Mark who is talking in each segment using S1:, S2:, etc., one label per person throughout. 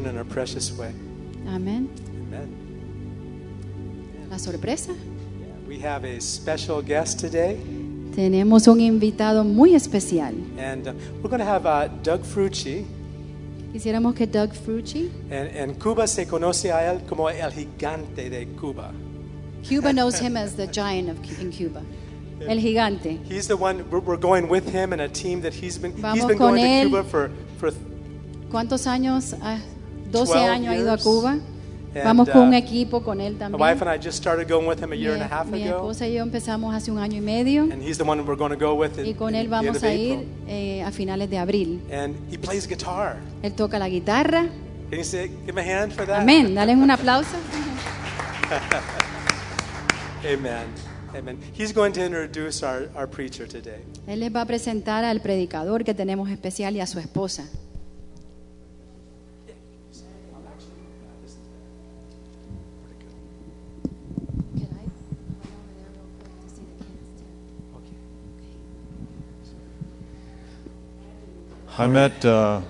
S1: happen in a precious way.
S2: Amén.
S1: Amen.
S2: La sorpresa.
S1: We have a special guest today,
S2: Tenemos un invitado muy especial.
S1: and uh, we're going to have uh, Doug Frucci.
S2: Quisiéramos que Doug Frucci,
S1: En, en Cuba se conoce a él como el gigante de Cuba.
S2: Cuba knows him as the giant of, in Cuba, el gigante.
S1: He's the one, we're, we're going with him and a team that he's been, he's
S2: Vamos
S1: been
S2: con
S1: going
S2: él.
S1: to Cuba for, for
S2: ¿Cuántos años? Ah, 12
S1: 12
S2: años ha ido a
S1: years.
S2: Cuba.
S1: And,
S2: Vamos con un
S1: uh,
S2: equipo con él
S1: my
S2: también.
S1: wife and I just started going with him a
S2: mi,
S1: year and a half
S2: mi
S1: ago.
S2: esposa y yo empezamos hace un año y medio
S1: And he's the one we're going to go with in,
S2: y con
S1: in
S2: él
S1: the end
S2: vamos
S1: of
S2: a ir
S1: April.
S2: eh, a finales de abril.
S1: And he plays guitar.
S2: Él toca la guitarra.
S1: Can you say, give him a hand for that?
S2: Amén. Dale un aplauso.
S1: Amen. Amen. He's going to introduce our, our preacher today.
S2: Él les va a presentar al predicador que tenemos especial y a su esposa.
S3: I met uh,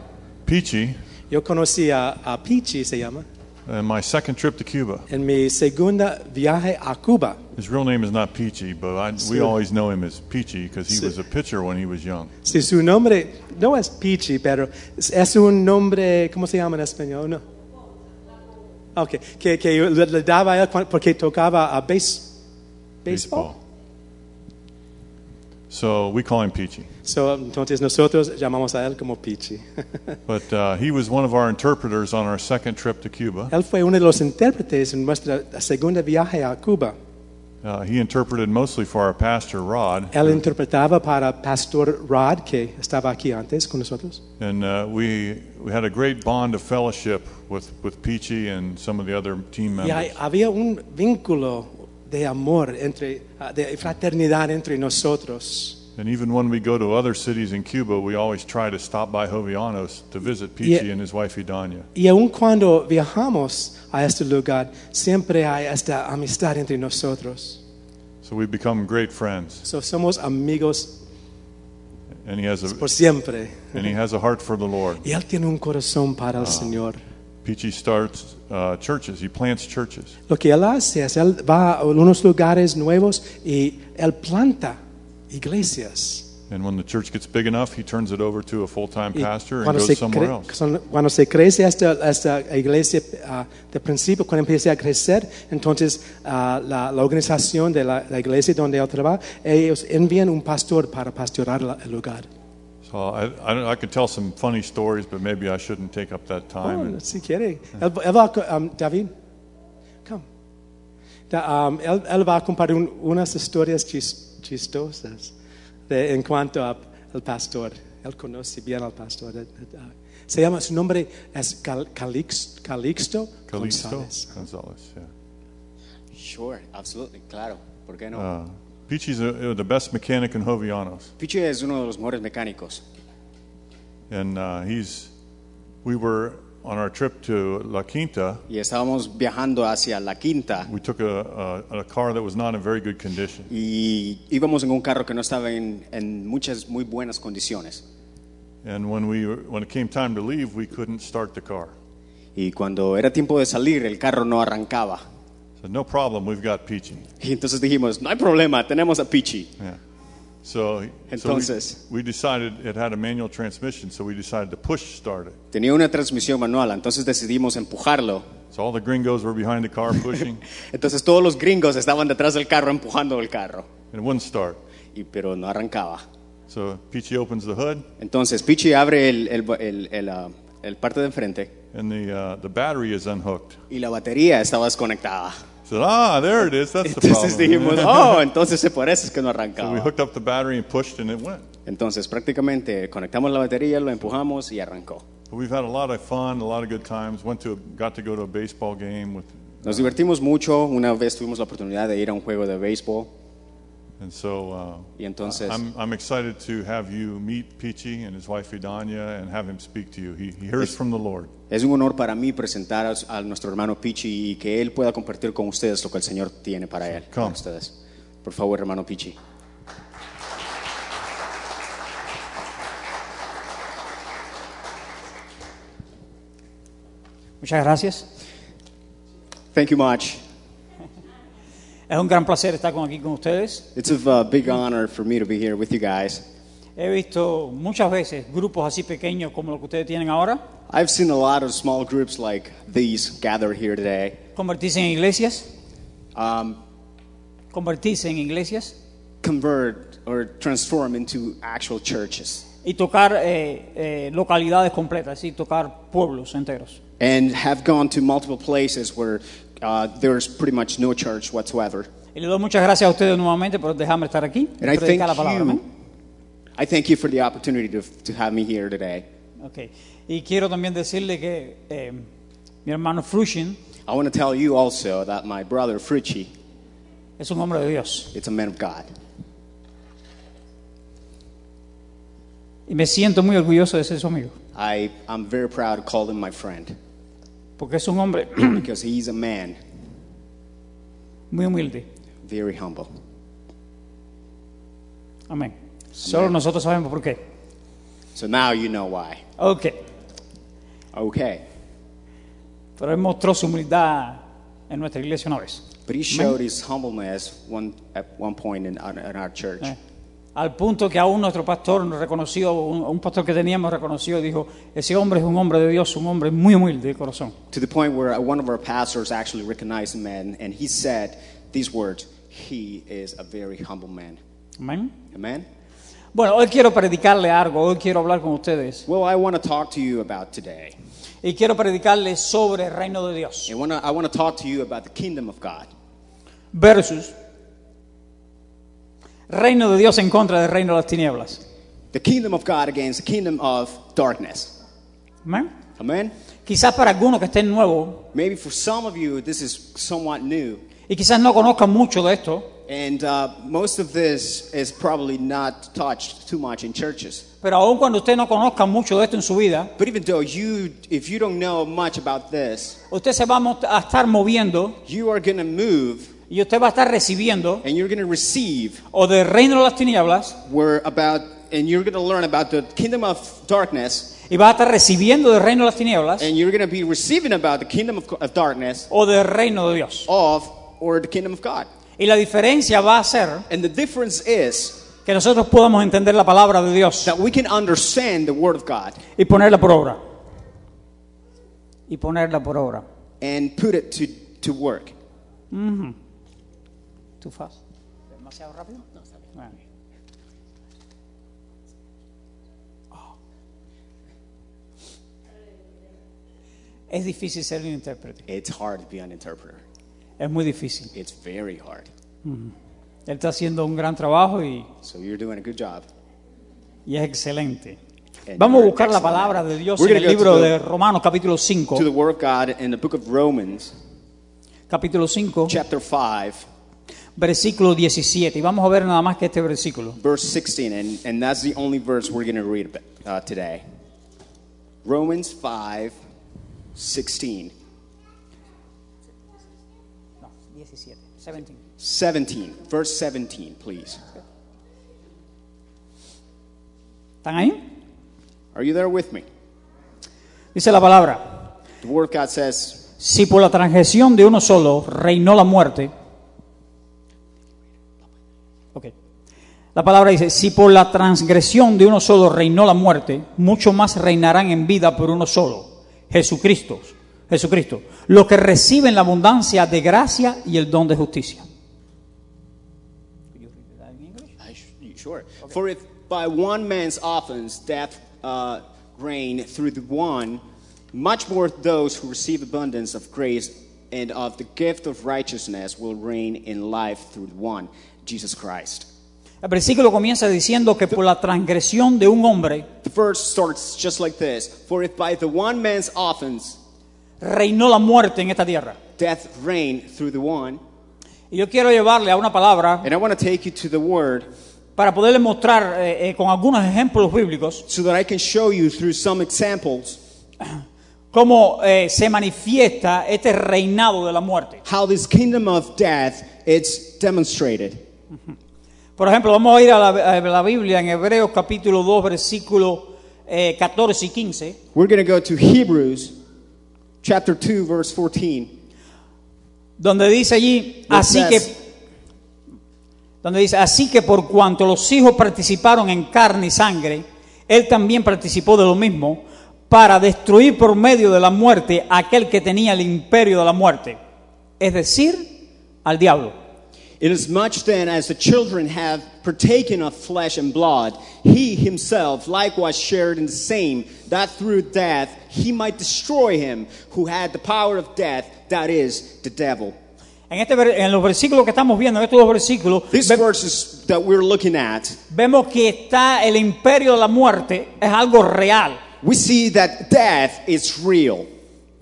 S3: Peachy
S1: Yo conocí a, a Pichi, se llama,
S3: in my second trip to Cuba.
S1: en mi segunda viaje a Cuba.
S3: His real name is not Peachy, but I, we
S1: Su-
S3: always know him as Peachy because he
S1: Su-
S3: was a pitcher when he was young.
S1: Si su nombre no es Pichi, pero es, es un nombre, ¿cómo se llama en español? No. Ok, que, que le, le daba a él cuan- porque tocaba a base, béisbol.
S3: So we call him Peachy.
S1: So, entonces nosotros llamamos a él como Pichi.
S3: But uh, he was one of our interpreters on our second trip to Cuba.
S1: él fue uno de los intérpretes en nuestro segundo viaje a Cuba.
S3: Uh, he interpreted mostly for our pastor, Rod.
S1: Él interpretaba para Pastor Rod, que estaba aquí antes con nosotros.
S3: And uh, we, we had a great bond of fellowship with, with Peachy and some of the other team
S1: Y hay-
S3: members.
S1: había un vínculo de amor, entre, ah, de fraternidad entre nosotros.
S3: And even when we go to other cities in Cuba, we always try to stop by Jovianos to visit Peachy
S1: Yeah.
S3: and his wife, Idania.
S1: Y aun cuando viajamos a este lugar, siempre hay esta amistad entre nosotros.
S3: So we've become great friends.
S1: So, somos amigos
S3: and he has a
S1: por siempre.
S3: and he has a heart for the Lord.
S1: Y él tiene un corazón para el Señor.
S3: Peachy starts uh, churches. He plants churches.
S1: Lo que él hace es, él va a unos lugares nuevos y él planta iglesias.
S3: And when the church gets big enough, he turns it over to a full-time
S1: Y
S3: pastor and
S1: cuando, se
S3: goes somewhere
S1: cre-
S3: else.
S1: son- cuando se crece esta, esta iglesia ah, de principio, cuando empieza a crecer, entonces ah, la, la organización de la, la iglesia donde él trabaja, ellos envían un pastor para pastorar la- el lugar.
S3: So I, I, don't- I could tell some funny stories, but maybe I shouldn't take up that time.
S1: Oh,
S3: And
S1: si quiere. Él, él va a- um, David, come. Da- um, él, él va a contar un- unas historias chis- chistosas de- en cuanto a- al pastor. Él conoce bien al pastor. Eh, eh, ah, Se llama, su nombre es Cal- Calix- Calixto,
S3: Calixto
S1: González.
S3: Gonzalez, yeah.
S4: Sure, absolutely, claro. ¿Por qué no?
S3: Uh, Peachy's a, uh, the best mechanic in Jovianos,
S4: Pichi es uno de los mejores mecánicos.
S3: and uh, he's. We were on our trip to La Quinta.
S4: Y estábamos viajando hacia la quinta
S3: We took a, a, a car that was not in very good condition.
S4: y íbamos en un carro que no estaba en, en muchas muy buenas condiciones.
S3: And when we were- when it came time to leave, we couldn't start the car.
S4: Y cuando era tiempo de salir, el carro no arrancaba.
S3: So no problem, we've got Peachy.
S4: Y entonces dijimos, no hay problema, tenemos a Pichi.
S3: Yeah. So, so
S4: Entonces-
S3: we, we decided it had a manual transmission, so we decided to push start it.
S4: Tenía una transmisión manual, entonces decidimos empujarlo.
S3: So all the gringos were behind the car pushing,
S4: Entonces todos los gringos estaban detrás del carro empujando el carro,
S3: and it wouldn't start.
S4: y, pero no arrancaba.
S3: So Peachy opens the hood,
S4: Entonces Pichi abre el, el, el- el, ah, el parte de enfrente
S3: and the uh, the battery is unhooked.
S4: y la batería estaba desconectada.
S3: said, ah, there it is. That's the
S4: Entonces dijimos,
S3: problem.
S4: oh, entonces se parece que no
S3: so we
S4: arrancaba.
S3: hooked up the battery and pushed, and it went.
S4: Entonces prácticamente conectamos la batería, lo empujamos y arrancó.
S3: But we've had a lot of fun, a lot of good times. Went to a, got to go to a baseball game with,
S4: Nos divertimos mucho, una vez tuvimos la oportunidad de ir a un juego de béisbol
S3: and so. Uh,
S4: y entonces
S3: I'm, I'm excited to have you meet Peachy and his wife Idania and have him speak to you. He, he hears from the Lord.
S4: es un honor para mí presentar a, a nuestro hermano Pichi y que él pueda compartir con ustedes lo que el Señor tiene para él, con
S3: Come.
S4: ustedes. Por favor, hermano Pichi.
S5: Muchas gracias.
S4: Thank you much.
S5: Es un gran placer estar con- aquí con ustedes.
S4: It's a uh, big honor for me to be here with you guys.
S5: He visto muchas veces grupos así pequeños como los que ustedes tienen ahora
S4: I've seen a lot of small groups like these gathered here today.
S5: convertirse en iglesias,
S4: Um,
S5: convertirse en iglesias
S4: convert or transform into actual churches
S5: y tocar eh, eh, localidades completas y tocar pueblos enteros.
S4: and have gone to multiple places where uh, there's pretty much no church whatsoever.
S5: Y le doy muchas gracias a ustedes nuevamente por dejarme estar aquí
S4: And
S5: y
S4: I thank
S5: predicar la palabra.
S4: you.
S5: amén.
S4: I thank you for the opportunity to, to have me here today.
S5: Ok. Y quiero también decirle que eh, mi hermano Frushin
S4: I want to tell you also that my brother Frucci
S5: es un hombre de Dios.
S4: is a man of God.
S5: Y me siento muy orgulloso de ser su amigo.
S4: I, I'm very proud to call him my friend
S5: Porque es un hombre
S4: because he's a man,
S5: muy humilde.
S4: very humble.
S5: Amén. Solo nosotros sabemos por qué.
S4: So now you know why.
S5: Ok.
S4: Okay.
S5: Pero él mostró su humildad en nuestra iglesia una vez.
S4: But he showed his humbleness one, at one point in, our- in our church.
S5: Eh, Al punto que aún nuestro pastor nos reconoció, un, un pastor que teníamos reconoció y dijo, ese hombre es un hombre de Dios, un hombre muy humilde de corazón.
S4: To the point where one of our pastors actually recognized him and, and he said these words He is a very humble man.
S5: Amén.
S4: Amen?
S5: Bueno, hoy quiero predicarle algo, hoy quiero hablar con ustedes.
S4: Well, I want to talk to you about today.
S5: Y quiero predicarle sobre el reino de Dios.
S4: I want to, I want to talk to you about the kingdom of God
S5: versus reino de Dios en contra del reino de las tinieblas.
S4: the kingdom of God against the kingdom of darkness.
S5: Amén.
S4: Amen?
S5: Quizás para algunos que estén nuevos
S4: Maybe for some of you, this is somewhat new.
S5: y quizás no conozcan mucho de esto,
S4: And uh, most of this is probably not touched too much in churches.
S5: pero aun cuando usted no conozca mucho de esto en su vida,
S4: But even though you, if you don't know much about this,
S5: usted se va a mo- a estar moviendo
S4: you are going to move
S5: y usted va a estar recibiendo
S4: and you're going to receive.
S5: o del reino de las tinieblas
S4: We're about, and you're going to learn about the kingdom of darkness,
S5: y va a estar recibiendo del reino de las tinieblas
S4: and you're going to be receiving about the kingdom of, of darkness
S5: o del reino de Dios.
S4: of, or the kingdom of God.
S5: Y la diferencia va a ser
S4: And the difference is
S5: que nosotros podamos entender la palabra de Dios
S4: that we can understand the word of God
S5: y ponerla por obra. Y ponerla por obra.
S4: and put it to, to work.
S5: Too fast. ¿Demasiado rápido? No, está bien. Ah. Es difícil ser un intérprete.
S4: It's hard to be an interpreter.
S5: Es muy difícil.
S4: It's very hard.
S5: Él está haciendo un gran trabajo y,
S4: So you're doing a good job.
S5: y es excelente.
S4: And
S5: Vamos a
S4: you're
S5: buscar la
S4: excellent.
S5: palabra de Dios
S4: We're
S5: en el
S4: gonna go
S5: libro
S4: to the-
S5: de Romanos capítulo 5.
S4: To the word of God in the book of Romans,
S5: Capítulo 5,
S4: chapter 5,
S5: versículo 17. Y vamos a ver nada más que este versículo.
S4: verse 16, and, and that's the only verse we're going to read ab- uh, today. Romans 5, 16,
S5: No, 17. 17.
S4: 17, verse 17, please.
S5: ¿Están ahí?
S4: Are you there with me?
S5: Dice la palabra.
S4: The word of God says,
S5: Si por la transgresión de uno solo reinó la muerte, Ok. la palabra dice, si por la transgresión de uno solo reinó la muerte, mucho más reinarán en vida por uno solo, Jesucristo, Jesucristo, los que reciben la abundancia de gracia y el don de justicia.
S4: I sh- you- sure. For if by one man's offense death uh, reigned through the one, much more those who receive abundance of grace and of the gift of righteousness will reign in life through the one, Jesus Christ.
S5: El versículo comienza diciendo que por la transgresión de un hombre
S4: The verse starts just like this For if by the one man's offense
S5: reinó la muerte en esta tierra.
S4: death reigned through the one,
S5: Y yo quiero llevarle a una palabra
S4: and I want to take you to the word
S5: para poderle mostrar eh, eh, con algunos ejemplos bíblicos
S4: so that I can show you through some examples
S5: cómo eh, se manifiesta este reinado de la muerte.
S4: how this kingdom of death it's demonstrated.
S5: Por ejemplo, vamos a ir a la, a la Biblia en Hebreos capítulo 2, versículo eh, 14 y 15.
S4: We're going to go to Hebrews chapter 2, verse 14.
S5: Donde dice allí, así
S4: says-
S5: que donde dice, así que por cuanto los hijos participaron en carne y sangre, él también participó de lo mismo para destruir por medio de la muerte aquel que tenía el imperio de la muerte, es decir, al diablo.
S4: Inasmuch then as the children have partaken of flesh and blood, he himself likewise shared in the same, that through death he might destroy him who had the power of death, that is, the devil.
S5: En, este, ver- en los versículos que estamos viendo, en estos dos versículos,
S4: These
S5: ve-
S4: verses that we're looking at,
S5: vemos que está el imperio de la muerte, es algo real.
S4: we see that death is real.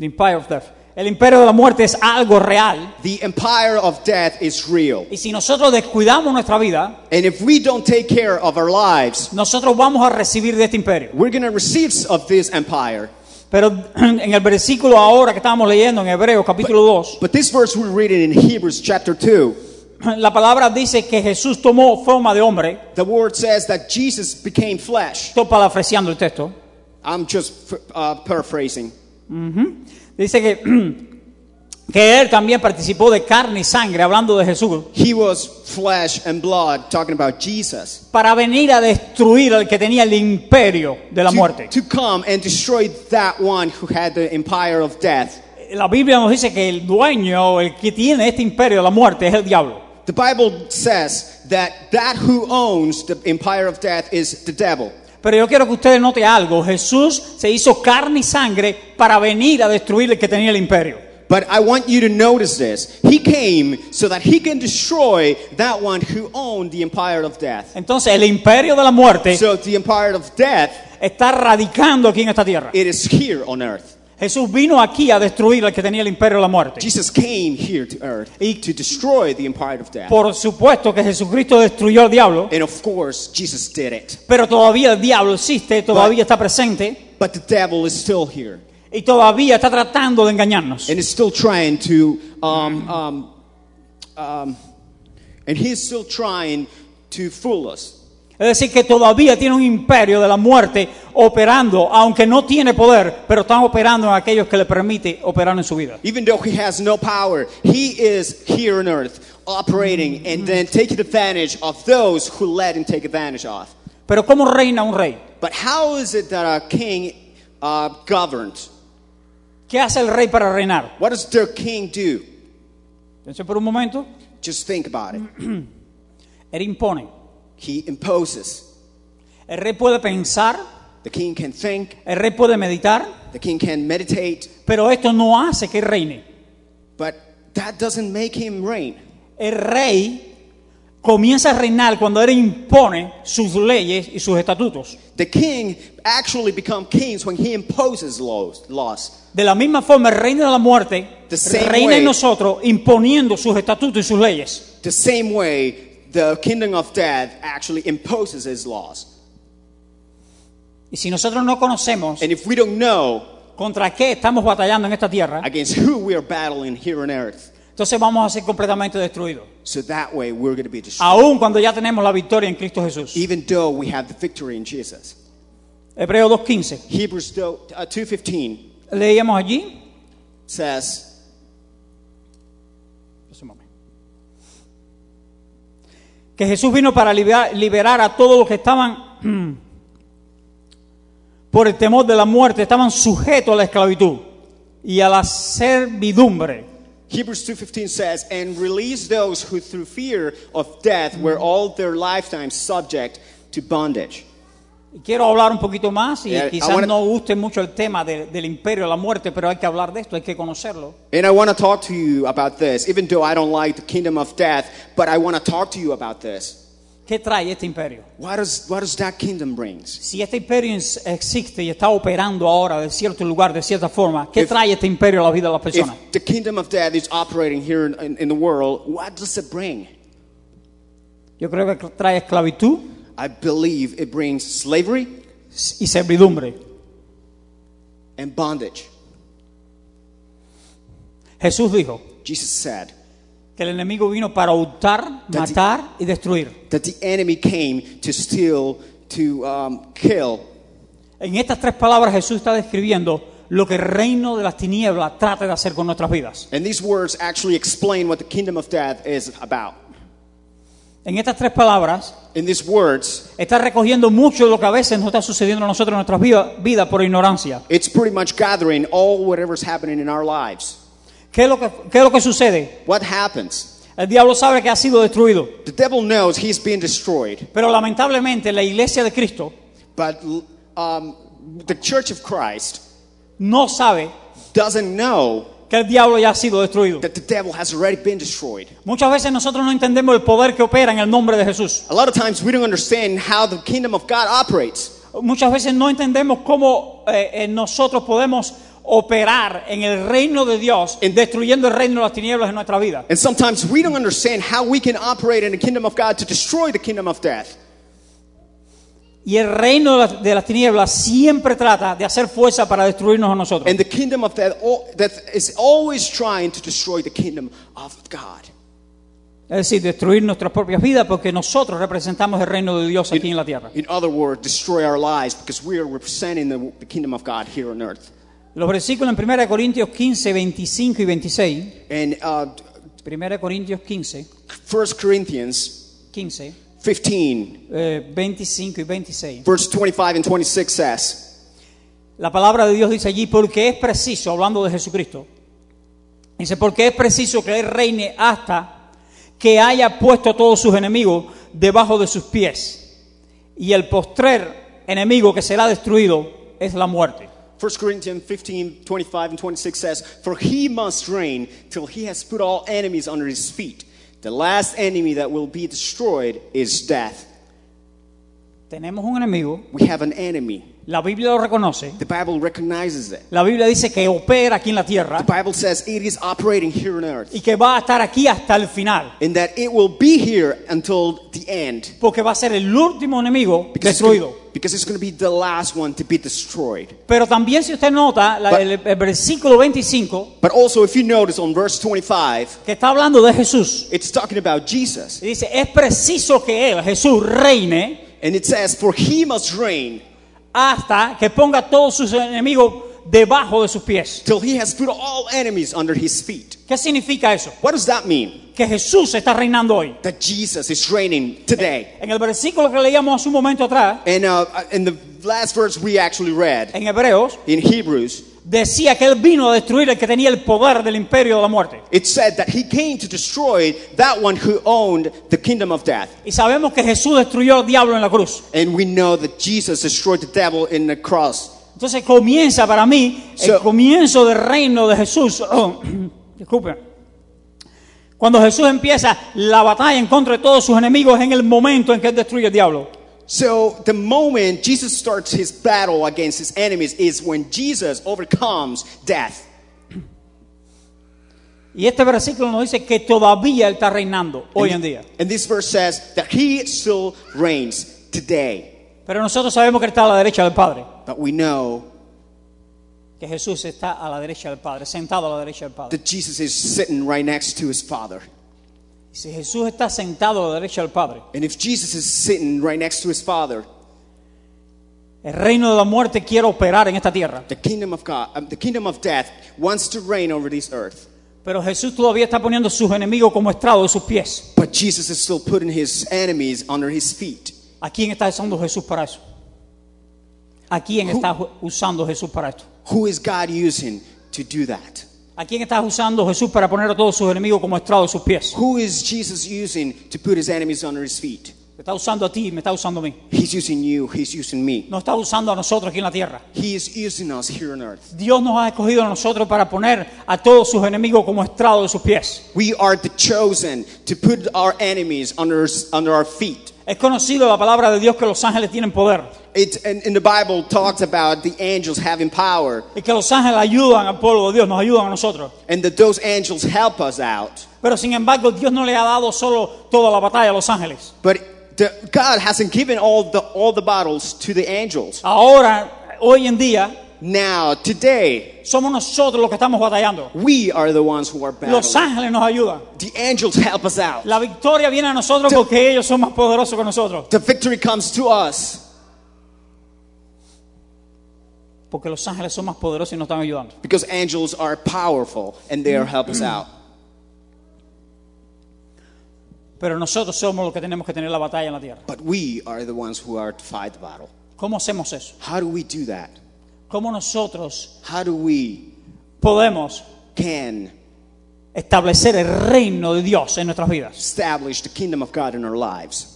S5: The empire of death. El imperio de la muerte es algo real.
S4: The empire of death is real.
S5: Y si nosotros descuidamos nuestra vida,
S4: And if we don't take care of our lives,
S5: nosotros vamos a recibir de este imperio.
S4: we're going to receive of this empire.
S5: Pero en el versículo ahora que estábamos leyendo en Hebreos capítulo 2,
S4: But this verse we're reading in Hebrews chapter 2,
S5: la palabra dice que Jesús tomó forma de hombre.
S4: the word says that Jesus became flesh.
S5: Estoy parafraseando el texto.
S4: I'm just uh, paraphrasing.
S5: Dice que, que él también participó de carne y sangre, hablando de Jesús.
S4: He was flesh and blood, talking about Jesus.
S5: para venir a destruir al que tenía el imperio de la
S4: To,
S5: muerte.
S4: to come and destroy that one who had the empire of death.
S5: La Biblia nos dice que el dueño, el que tiene este imperio de la muerte, es el diablo.
S4: The Bible says that that who owns the empire of death is the devil.
S5: Pero yo quiero que ustedes noten algo. Jesús se hizo carne y sangre para venir a destruir el que tenía el imperio.
S4: But I want you to notice this. He came so that he can destroy that one who owned the empire of death.
S5: Entonces el imperio de la muerte
S4: So the empire of death,
S5: está radicando aquí en esta tierra.
S4: it is here on earth.
S5: Jesús vino aquí a destruir al que tenía el imperio de la muerte.
S4: Jesus came here to earth to destroy the empire of death.
S5: Por supuesto que Jesucristo destruyó al diablo,
S4: And of course, Jesus did it.
S5: pero todavía el diablo existe, todavía está presente
S4: But the devil is still here
S5: y todavía está tratando de engañarnos.
S4: and is still trying to, um, um, um, and he's still trying to fool us.
S5: Es decir, que todavía tiene un imperio de la muerte operando, aunque no tiene poder, pero están operando en aquellos que le permite operar en su vida.
S4: Even though he has no power, he is here on earth operating and then taking advantage of those who let him take advantage of.
S5: Pero ¿cómo reina un rey?
S4: But how is it that a king uh, governed?
S5: ¿Qué hace el rey para reinar?
S4: What does their king do?
S5: Entonces, por un momento,
S4: Just think about it.
S5: él impone.
S4: He imposes.
S5: El rey puede pensar,
S4: The king can think,
S5: el rey puede meditar,
S4: the king can meditate,
S5: pero esto no hace que reine.
S4: but that doesn't make him reign.
S5: El rey comienza a reinar cuando él impone sus leyes y sus estatutos.
S4: The king actually become kings when he imposes laws. laws.
S5: De la misma forma, el reino de la muerte
S4: The same
S5: reina en
S4: way-
S5: nosotros imponiendo sus estatutos y sus leyes.
S4: The same way the kingdom of death actually imposes his laws.
S5: Y si nosotros no conocemos
S4: And if we don't know
S5: contra qué estamos batallando en esta tierra,
S4: against who we are battling here on earth,
S5: entonces vamos a ser completamente destruidos.
S4: so that way we're going to be destroyed.
S5: Aún cuando ya tenemos la victoria en Cristo Jesús.
S4: Even though we have the victory in Jesus.
S5: Hebreos 2.15.
S4: Hebrews do- uh, 2.15
S5: Leíamos allí.
S4: says,
S5: Que Jesús vino para liberar, liberar a todos los que estaban mm, por el temor de la muerte, estaban sujetos a la esclavitud y a la servidumbre.
S4: Hebrews 2:15 says, "And release those who through fear of death were all their lifetime subject to bondage."
S5: Y Quiero hablar un poquito más y
S4: Yeah, I
S5: quizás
S4: wanna-
S5: no guste mucho el tema de- del imperio de la muerte, pero hay que hablar de esto, hay que conocerlo.
S4: And I want to talk to you about this, even though I don't like the kingdom of death, but I want to talk to you about this.
S5: ¿Qué trae este imperio?
S4: What does what does that kingdom brings?
S5: Si este imperio ins- existe y está operando ahora de cierto lugar, de cierta forma, ¿qué
S4: If-
S5: trae este imperio a la vida de las
S4: If
S5: personas?
S4: the kingdom of death is operating here in, in, in the world, what does it bring?
S5: Yo creo que trae esclavitud
S4: I believe it brings slavery
S5: y servidumbre.
S4: and bondage.
S5: Jesús dijo
S4: Jesus said
S5: que el enemigo vino para hurtar,
S4: That's-
S5: matar y destruir.
S4: that the enemy came to steal, to um, kill,
S5: En estas tres palabras Jesús está describiendo lo que el reino de las tinieblas trata de hacer con nuestras vidas.
S4: And these words actually explain what the kingdom of death is about.
S5: En estas tres palabras
S4: In these words,
S5: está recogiendo mucho de lo que a veces nos está sucediendo a nosotros en nuestras vidas vidas por ignorancia.
S4: it's pretty much gathering all whatever's happening in our lives.
S5: ¿Qué es lo que, qué es lo que sucede?
S4: What happens?
S5: El diablo sabe que ha sido destruido,
S4: The devil knows he's being destroyed,
S5: pero lamentablemente la iglesia de Cristo
S4: but um, the church of Christ
S5: no sabe
S4: doesn't know
S5: que el diablo ya ha sido destruido.
S4: that the devil has already been destroyed.
S5: Muchas veces nosotros no entendemos el poder que opera en el nombre de Jesús.
S4: A lot of times we don't understand how the kingdom of God operates.
S5: Muchas veces no entendemos cómo eh, eh, nosotros podemos operar en el reino de Dios,
S4: En-
S5: destruyendo el reino de las tinieblas en nuestra vida.
S4: And sometimes we don't understand how we can operate in the kingdom of God to destroy the kingdom of death.
S5: Y el reino de las, de las tinieblas siempre trata de hacer fuerza para destruirnos a nosotros.
S4: And the kingdom of death, al- death is always trying to destroy the kingdom of God.
S5: es decir, destruir nuestras propias vidas porque nosotros representamos el reino de Dios aquí en la tierra.
S4: In other words, destroy our lives because we are representing the, the kingdom of God here on earth.
S5: Los versículos en 1 de Corintios 15, 25 y 26.
S4: And uh,
S5: 1 de Corintios 15,
S4: 1 Corinthians
S5: 15,
S4: 15,
S5: eh, 25 y 26.
S4: verse 25 and 26 says,
S5: La palabra de Dios dice allí, porque es preciso, hablando de Jesucristo, dice, porque es preciso que Él reine hasta que haya puesto a todos sus enemigos debajo de sus pies. Y el postrer enemigo que será destruido es la muerte.
S4: 1 Corinthians 15, 25 and 26 says, For he must reign till he has put all enemies under his feet. The last enemy that will be destroyed is death.
S5: Tenemos un enemigo,
S4: We have an enemy.
S5: la Biblia lo reconoce,
S4: The Bible recognizes it.
S5: la Biblia dice que opera aquí en la tierra
S4: The Bible says it is operating here on earth.
S5: y que va a estar aquí hasta el final,
S4: and that it will be here until the end.
S5: porque va a ser el último enemigo
S4: Because, It's
S5: destruido.
S4: gonna, because it's going to be the last one to be destroyed.
S5: Pero también si usted nota la-
S4: But-
S5: el- el versículo 25,
S4: But also, if you notice on verse 25,
S5: que está hablando de Jesús,
S4: it's talking about Jesus.
S5: Y dice, es preciso que Él, Jesús, reine
S4: And it says, For he must reign
S5: hasta que ponga a todos sus enemigos debajo de sus pies.
S4: till he has put all enemies under his feet.
S5: ¿Qué significa eso?
S4: What does that mean?
S5: Que Jesús está reinando hoy.
S4: That Jesus is reigning today.
S5: En el versículo que leíamos hace un momento atrás,
S4: And uh, in the last verse we actually read
S5: en Hebreos,
S4: in Hebrews,
S5: decía que Él vino a destruir el que tenía el poder del imperio de la muerte.
S4: it said that he came to destroy that one who owned the kingdom of death.
S5: Y sabemos que Jesús destruyó al diablo en la cruz.
S4: And we know that Jesus destroyed the devil in the cross.
S5: Entonces comienza para mí el
S4: So-
S5: comienzo del reino de Jesús. Oh, disculpen. Cuando Jesús empieza la batalla en contra de todos sus enemigos en el momento en que él destruye al diablo.
S4: So the moment Jesus starts his battle against his enemies is when Jesus overcomes death.
S5: Y este versículo nos dice que todavía él está reinando hoy en día.
S4: And this verse says that he still reigns today.
S5: Pero nosotros sabemos que él está a la derecha del Padre.
S4: But we know
S5: Que Jesús está a la derecha del Padre, sentado a la derecha del Padre.
S4: that Jesus is sitting right next to his Father.
S5: Si Jesús está sentado a la derecha del Padre,
S4: And if Jesus is sitting right next to his Father,
S5: el reino de la muerte quiere operar en esta tierra.
S4: the kingdom of God, um, the kingdom of death wants to reign over this earth.
S5: Pero Jesús todavía está poniendo sus enemigos como estrado de sus pies.
S4: But Jesus is still putting his enemies under his feet.
S5: ¿A quién está usando Jesús para eso? ¿A quién está ju- usando Jesús para esto?
S4: Who is God using to do that?
S5: ¿A quién está usando Jesús para poner a todos sus enemigos como estrado de sus pies?
S4: Who is Jesus using to put his enemies under his feet?
S5: Me está usando a ti, me está usando a mí.
S4: He's using you, he's using me.
S5: No está usando a nosotros aquí en la tierra.
S4: He is using us here on earth.
S5: Dios nos ha escogido a nosotros para poner a todos sus enemigos como estrado de sus pies.
S4: We are the chosen to put our enemies under, under our feet.
S5: Es conocido la palabra de Dios que los ángeles tienen poder
S4: It, and, and the Bible talks about the angels having power
S5: y que los ángeles ayudan al pueblo de Dios, nos ayudan a nosotros.
S4: and that those angels help us out.
S5: Pero sin embargo, Dios no le ha dado solo toda la batalla a los ángeles.
S4: But the, God hasn't given all the, all the battles to the angels.
S5: Ahora, hoy en día,
S4: Now, today,
S5: somos nosotros los que estamos batallando.
S4: we are the ones who are
S5: Los
S4: battling.
S5: ángeles nos ayudan.
S4: The angels help us out.
S5: La victoria viene a nosotros porque ellos son más poderosos que nosotros.
S4: The victory comes to us.
S5: Porque los ángeles son más poderosos y nos están ayudando.
S4: because angels are powerful and they are help us out.
S5: Pero nosotros somos los que tenemos que tener la batalla en la tierra.
S4: But we are the ones who are to fight the battle.
S5: ¿Cómo hacemos eso?
S4: How do we do that?
S5: ¿Cómo nosotros
S4: How do we
S5: podemos
S4: can
S5: establecer el reino de Dios en nuestras vidas?
S4: establish the kingdom of God in our lives?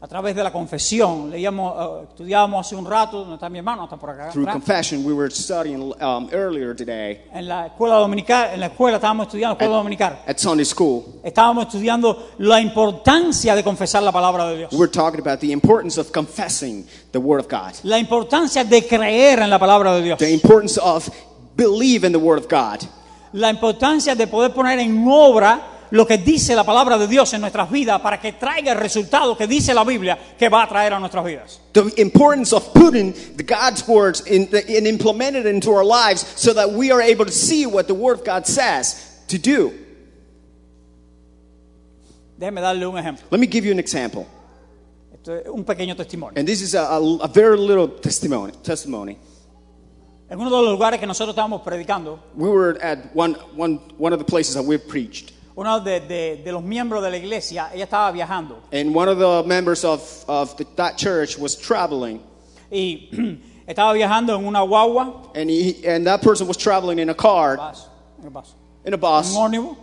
S5: A través de la confesión. Leíamos, eh, estudiábamos hace un rato, donde está mi hermano, está por acá.
S4: Through
S5: atrás.
S4: confession, we were studying um, earlier today
S5: En la escuela dominical, en la escuela estábamos estudiando, la escuela dominical.
S4: at Sunday school.
S5: Estábamos estudiando la importancia de confesar la palabra de Dios.
S4: We were talking about the importance of confessing the Word of God,
S5: La importancia de creer en la palabra de Dios.
S4: the importance of believe in the Word of God,
S5: La importancia de poder poner en obra lo que dice la palabra de Dios en nuestras vidas para que traiga el resultado que dice la Biblia que va a traer a nuestras vidas.
S4: the importance of putting the God's words in the, and implement it into our lives so that we are able to see what the Word of God says to do.
S5: Déjeme darle un ejemplo.
S4: Let me give you an example,
S5: Esto es un pequeño testimonio.
S4: and this is a, a, a very little testimony. Testimony.
S5: En uno de los lugares que nosotros estábamos predicando,
S4: We were at one, one, one of the places that we've preached,
S5: uno de, de- de los miembros de la iglesia, ella estaba viajando
S4: and one of the members of, of the, that church was traveling,
S5: y estaba viajando en una guagua.
S4: and he and that person was traveling in a car,
S5: Paso, ¿qué pasa?
S4: in a bus,
S5: Un ómnibus.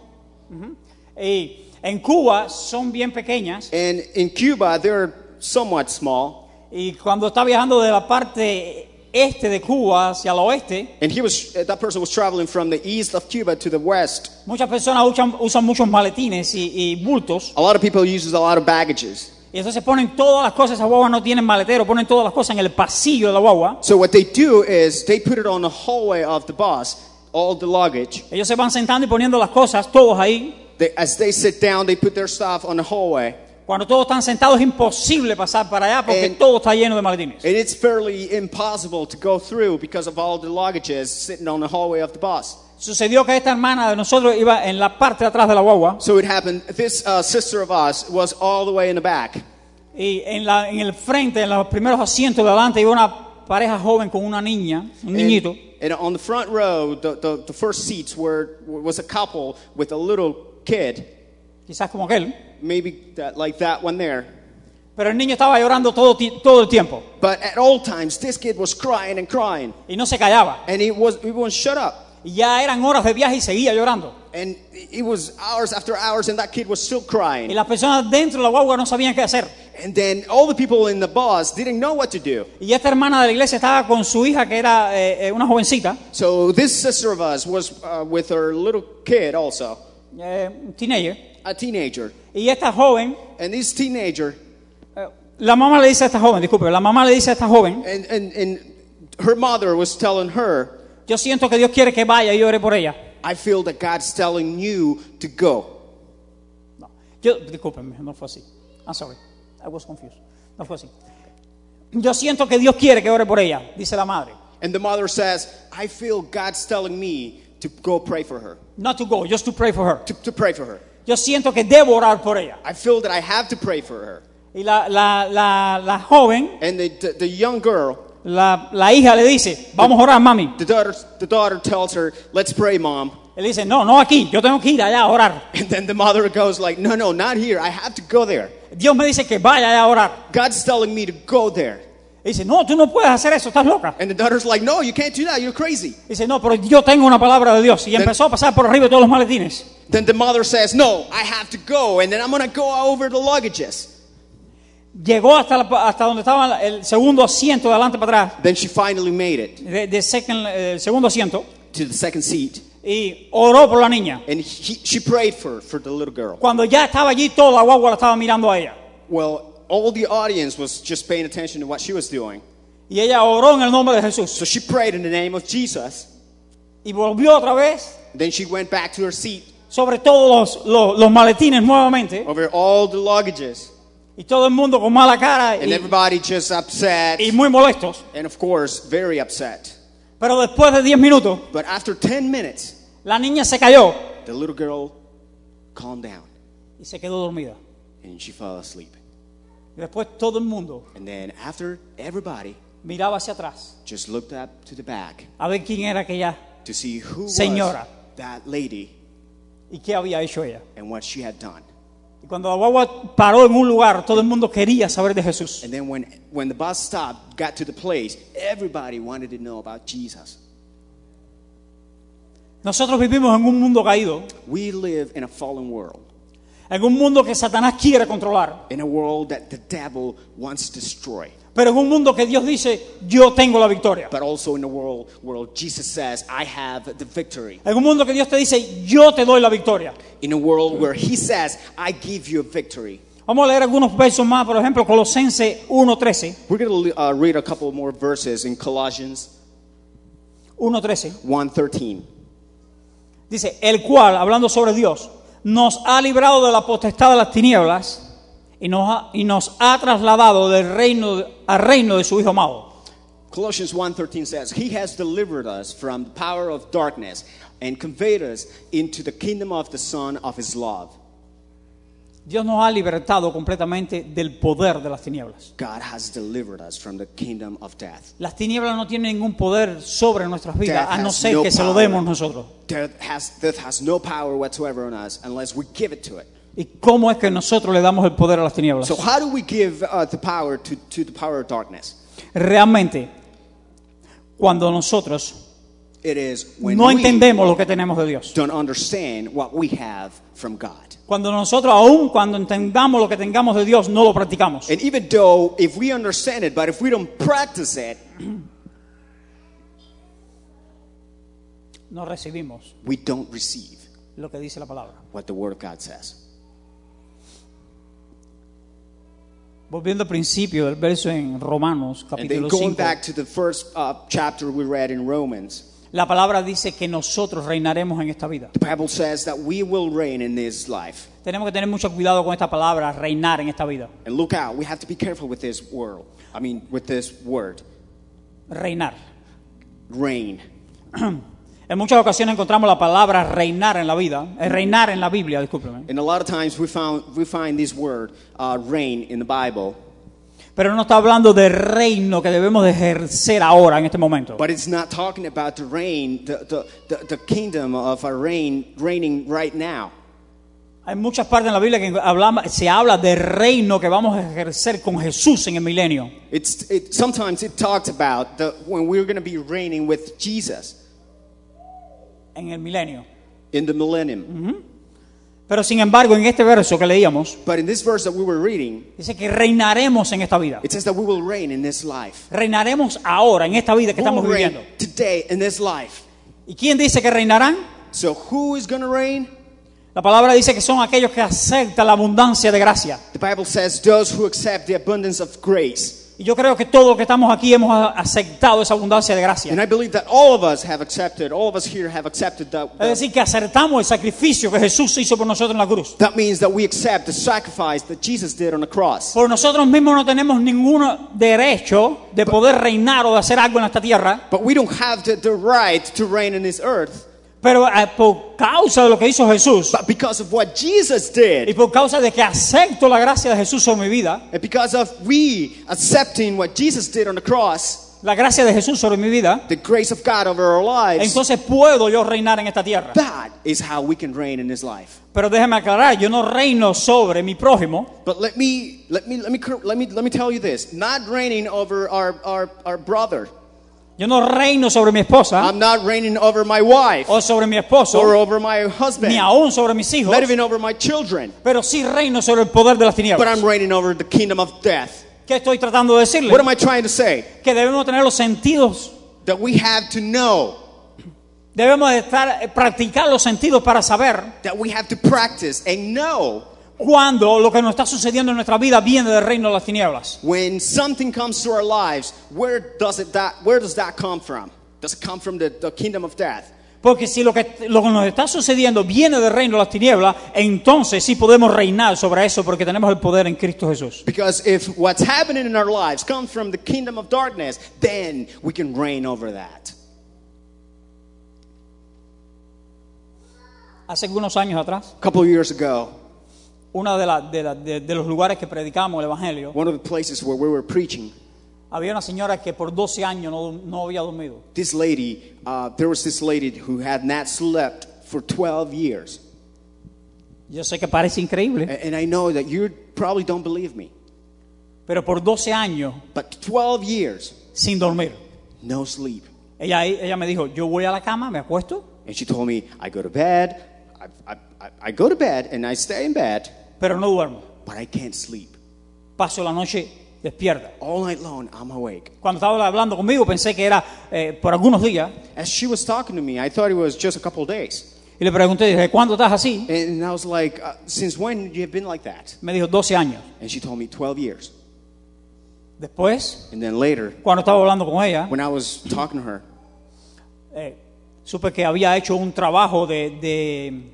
S5: Ujú. Y en Cuba son bien pequeñas
S4: and in Cuba they're somewhat small,
S5: y cuando está viajando de la parte este de Cuba hacia el oeste,
S4: and he was that person was traveling from the east of Cuba to the west.
S5: Muchas personas usan, usan muchos maletines y, y bultos
S4: A lot of people uses a lot of baggages,
S5: y entonces ponen todas las cosas, esas guaguas no tienen maletero, ponen todas las cosas en el pasillo de la guagua.
S4: so what they do is they put it on the hallway of the bus, all the luggage.
S5: Ellos se van sentando y poniendo las cosas, todos ahí.
S4: They, as they sit down, they put their stuff on the hallway.
S5: Cuando todos están sentados es imposible pasar para allá porque
S4: En-
S5: todo está lleno de maletines.
S4: And it's fairly impossible to go through because of all the luggages sitting on the hallway of the bus.
S5: Sucedió que esta hermana de nosotros iba en la parte de atrás de la guagua
S4: So it happened, this uh, sister of us was all the way in the back.
S5: y en, la, en el frente, en los primeros asientos de adelante, iba una pareja joven con una niña, un niñito.
S4: And, and on the front row, the, the, the first seats were, was a couple with a little kid,
S5: Quizás como aquel.
S4: maybe that, like that one there.
S5: Pero el niño estaba llorando todo, ti- todo el tiempo
S4: But at all times, this kid was crying and crying.
S5: y no se callaba.
S4: And he, was, he wouldn't shut up.
S5: Y ya eran horas de viaje y seguía llorando.
S4: And it was hours after hours, and that kid was still
S5: Y
S4: crying.
S5: las personas dentro de la guagua no sabían qué hacer.
S4: And then all the people in the bus didn't know what to do.
S5: Y esta hermana de la iglesia estaba con su hija, que era eh, eh, una jovencita,
S4: So this sister of us was uh, with her little kid also,
S5: eh, un teenager.
S4: a teenager.
S5: Y esta joven,
S4: And this teenager,
S5: eh, la mamá le dice a esta joven, disculpe, la mamá le dice a esta joven,
S4: and, and, and her mother was telling her,
S5: yo siento que Dios quiere que vaya y ore por ella.
S4: I feel that God's telling you to go.
S5: No, yo, discúlpenme, no fue así. I'm sorry, I was confused. No fue así. Yo siento que Dios quiere que ore por ella, dice la madre.
S4: And the mother says, I feel God's telling me to go pray for her,
S5: Not to go, just to pray for her.
S4: to, to pray for her.
S5: Yo siento que debo orar por ella.
S4: I feel that I have to pray for her.
S5: Y la, la, la, la joven
S4: And the, the, the young girl,
S5: La, la hija le dice, vamos a orar, mami.
S4: the daughter, the daughter tells her, let's pray, mom.
S5: Él dice, no, no aquí, yo tengo que ir allá a orar.
S4: And then the mother goes like, no, no, not here. I have to go there.
S5: Dios me dice que vaya allá a orar.
S4: God's telling me to go there.
S5: Y dice, no, tú no puedes hacer eso, estás loca.
S4: And the daughter's like, no, you can't do that. You're crazy.
S5: Y dice, no, pero yo tengo una palabra de Dios. Y empezó a pasar por arriba de todos los maletines.
S4: Then the mother says, no, I have to go. And then I'm going to go over the luggages.
S5: Llegó hasta, la- hasta donde estaba el segundo asiento de adelante para atrás,
S4: Then she finally made it
S5: de, de second- eh, el segundo asiento,
S4: to the second seat.
S5: y oró por la niña.
S4: And he, she prayed for, for the little girl.
S5: Cuando ya estaba allí, toda la guagua la estaba mirando a ella.
S4: Well, all the audience was just paying attention to what she was doing.
S5: Y ella oró en el nombre de Jesús.
S4: So she prayed in the name of Jesus.
S5: Y volvió otra vez
S4: Then she went back to her seat
S5: sobre todos los- los- los maletines nuevamente.
S4: over all the luggages.
S5: Y todo el mundo con mala cara
S4: And
S5: y,
S4: everybody just upset.
S5: y muy molestos.
S4: And of course, very upset.
S5: Pero después de 10 minutos,
S4: But after 10 minutes,
S5: la niña se cayó
S4: the little girl calmed down
S5: y se quedó dormida.
S4: and she fell asleep.
S5: Y después todo el mundo
S4: And then after everybody,
S5: miraba hacia atrás
S4: just looked up to the back
S5: a ver quién era aquella
S4: to see who
S5: Señora.
S4: was that lady
S5: y qué había hecho ella.
S4: and what she had done.
S5: Y cuando la guagua paró en un lugar, todo el mundo quería saber de Jesús.
S4: And then when, when the bus stopped, got to the place, everybody wanted to know about Jesus.
S5: Nosotros vivimos en un mundo caído,
S4: We live in a fallen world,
S5: en un mundo que Satanás quiere controlar,
S4: in a world that the devil wants to destroy,
S5: pero en un mundo que Dios dice, yo tengo la victoria.
S4: but also in a world where Jesus says, I have the victory.
S5: En un mundo que Dios te dice, yo te doy la victoria.
S4: In a world where he says, I give you a victory.
S5: Vamos a leer algunos versos más, por ejemplo, Colosense 1.13.
S4: We're going to uh, read a couple more verses in Colossians
S5: 1.13.
S4: 1.13.
S5: Dice, el cual, hablando sobre Dios, nos ha librado de la potestad de las tinieblas y nos ha, y nos ha trasladado del reino al reino de su Hijo amado.
S4: Colossians 1:13 says, "He has delivered us from the power of darkness and conveyed us into the kingdom of the son of his love."
S5: Dios nos ha libertado completamente del poder de las tinieblas.
S4: God has delivered us from the kingdom of death.
S5: Las tinieblas no tienen ningún poder sobre nuestras vidas,
S4: Death
S5: a no
S4: has
S5: ser
S4: no
S5: que se lo
S4: power.
S5: demos nosotros.
S4: Death has, death has no power whatsoever on us unless we give it to it.
S5: ¿Y cómo es que nosotros le damos el poder a las tinieblas?
S4: So how do we give uh, the power to, to the power of darkness?
S5: Realmente, cuando nosotros
S4: It is when
S5: no
S4: we
S5: entendemos lo que tenemos de Dios,
S4: don't understand what we have from God.
S5: cuando nosotros aún cuando entendamos lo que tengamos de Dios, no lo practicamos.
S4: And even though if we understand it, but if we don't practice it,
S5: No recibimos
S4: we don't receive
S5: lo que dice la palabra.
S4: what the word of God says.
S5: Volviendo al principio del verso en Romanos
S4: And then
S5: capítulo
S4: going
S5: 5,
S4: back to the first uh, chapter we read in Romans,
S5: la palabra dice que nosotros reinaremos en esta vida.
S4: the Bible says that we will reign in this life.
S5: Tenemos que tener mucho cuidado con esta palabra, reinar en esta vida.
S4: And look out, we have to be careful with this world. I mean, with this word,
S5: Reinar.
S4: reign.
S5: En muchas ocasiones encontramos la palabra reinar en la vida, eh, reinar en la Biblia, discúlpeme.
S4: And a lot of times we found we find this word uh, reign in the Bible,
S5: Pero no está hablando del reino que debemos de ejercer ahora, en este momento.
S4: but it's not talking about the reign, the the, the, the kingdom of our reign reigning right now.
S5: Hay muchas partes en la Biblia que hablama- se habla del reino que vamos a ejercer con Jesús en el milenio.
S4: It's it, sometimes it talks about the, when we're going to be reigning with Jesus
S5: En el milenio.
S4: in the
S5: Mm-hmm.
S4: millennium.
S5: Pero sin embargo, en este verso que leíamos,
S4: But in this verse that we were reading,
S5: dice que reinaremos en esta vida.
S4: It says that we will reign in this life.
S5: Reinaremos ahora, en esta vida que
S4: We will
S5: estamos viviendo.
S4: reign today in this life.
S5: ¿Y quién dice que reinarán?
S4: So who is going to reign?
S5: La palabra dice que son aquellos que aceptan la abundancia de gracia.
S4: The Bible says those who accept the abundance of grace.
S5: Y yo creo que todos los que estamos aquí hemos a- aceptado esa abundancia de
S4: And
S5: gracia.
S4: I believe that all of us have accepted, all of us here have accepted that.
S5: Es decir, que acertamos el sacrificio que Jesús hizo por nosotros en la cruz.
S4: that means that we accept the sacrifice that Jesus did on the cross.
S5: Por nosotros mismos no tenemos ningún derecho de poder reinar o de hacer algo en esta tierra,
S4: But we don't have the, the right to reign in this earth.
S5: pero eh, por causa de lo que hizo Jesús
S4: But because of what Jesus
S5: y
S4: did,
S5: por causa de que acepto la gracia de Jesús sobre mi vida,
S4: and because of we accepting what Jesus did on the cross,
S5: la gracia de Jesús sobre mi vida,
S4: the grace of God over our lives,
S5: entonces puedo yo reinar en esta tierra.
S4: that is how we can reign in this life.
S5: Pero déjeme aclarar, yo no reino sobre mi prójimo,
S4: But let me let me let me cor- let me let me tell you this: not reigning over our our, our brother.
S5: yo no reino sobre mi esposa
S4: I'm not reigning over my wife
S5: o sobre mi esposo,
S4: or over my
S5: ni
S4: husband,
S5: aún sobre mis hijos,
S4: not even over my children.
S5: pero sí reino sobre el poder de las
S4: But
S5: tinieblas.
S4: I'm reigning over the kingdom of death.
S5: ¿Qué estoy tratando de decirle?
S4: What am I trying to say?
S5: Que debemos tener los sentidos,
S4: That we have to know,
S5: debemos de estar, eh, practicar los sentidos para saber
S4: that we have to practice and know
S5: cuándo lo que nos está sucediendo en nuestra vida viene del reino de las tinieblas.
S4: when something comes to our lives. Where does it that Where does that come from? Does it come from the, the kingdom of death?
S5: Porque si lo que, lo que nos está sucediendo viene del reino de las tinieblas, entonces sí podemos reinar sobre eso porque tenemos el poder en Cristo Jesús.
S4: Because if what's happening in our lives comes from the kingdom of darkness, then we can reign over that.
S5: Hace algunos años atrás,
S4: A couple of years ago,
S5: uno de, la- de la- de- de los lugares que predicamos el Evangelio,
S4: one of the places where we were preaching,
S5: Había una señora que por 12 años no, no había dormido.
S4: This lady, uh, there was this lady who had not slept for 12 years.
S5: Yo sé que parece
S4: A-
S5: increíble,
S4: And I know that you probably don't believe me,
S5: pero por 12 años
S4: but 12 years,
S5: sin dormir.
S4: no sleep.
S5: Ella, ella me dijo, yo voy a la cama, me acuesto,
S4: And she told me, I go to bed, I, I, I, I go to bed and I stay in bed,
S5: pero no duermo.
S4: but I can't sleep.
S5: Paso la noche despierta.
S4: All night long, I'm awake.
S5: Cuando estaba hablando conmigo pensé que era eh, por algunos días
S4: As she was talking to me, I thought it was just a couple of days.
S5: y le pregunté, dije, ¿cuándo estás así?
S4: And I was like, uh, since when you have been like that?
S5: Me dijo, 12 años.
S4: And she told me 12 years.
S5: Después,
S4: And then later,
S5: cuando estaba hablando con ella,
S4: when I was talking to her,
S5: eh, supe que había hecho un trabajo de, de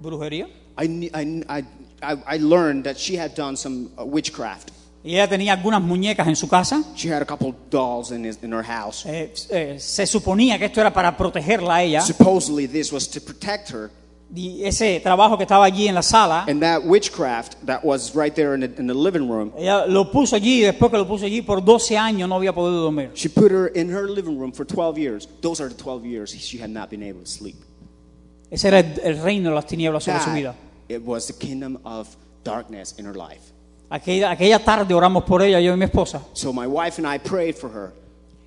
S5: brujería
S4: I, kn- I, kn- I, I, I learned that she had done some uh, witchcraft.
S5: y ella tenía algunas muñecas en su casa.
S4: She had a couple dolls in, his, in her house.
S5: Eh, eh, se suponía que esto era para protegerla a ella.
S4: Supposedly, this was to protect her.
S5: Y ese trabajo que estaba allí en la sala,
S4: And that witchcraft that was right there in the, in the living room,
S5: ella lo puso allí y después que lo puso allí por 12 años no había podido dormir.
S4: she put her in her living room for 12 years. Those are the 12 years she had not been able to sleep.
S5: Ese era el, el reino de las tinieblas sobre su vida.
S4: That, it was the kingdom of darkness in her life.
S5: Aquella, aquella tarde oramos por ella, yo y mi esposa.
S4: So my wife and I prayed for her.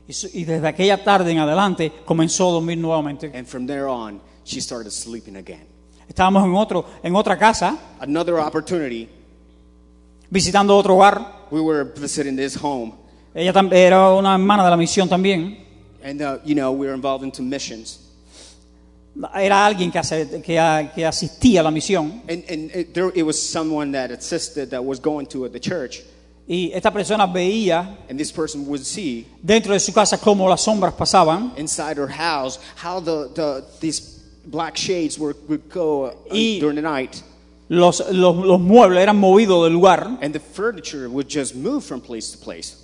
S5: Y, su- y desde aquella tarde en adelante comenzó a dormir nuevamente.
S4: And from there on, she started sleeping again.
S5: Estábamos en, otro, en otra casa,
S4: Another opportunity,
S5: visitando otro hogar.
S4: we were visiting this home.
S5: Ella tam- era una hermana de la misión también.
S4: And, uh, you know, we were involved into missions.
S5: Era alguien que, hace- que a- que asistía a la misión.
S4: And, and it, there, it was someone that assisted that was going to uh, the church.
S5: Y esta persona veía
S4: And this person would see
S5: dentro de su casa cómo las sombras pasaban.
S4: inside her house how the, the these black shades were, would go uh,
S5: Y-
S4: during the night.
S5: Los, los- los muebles eran movidos del lugar.
S4: And the furniture would just move from place to place.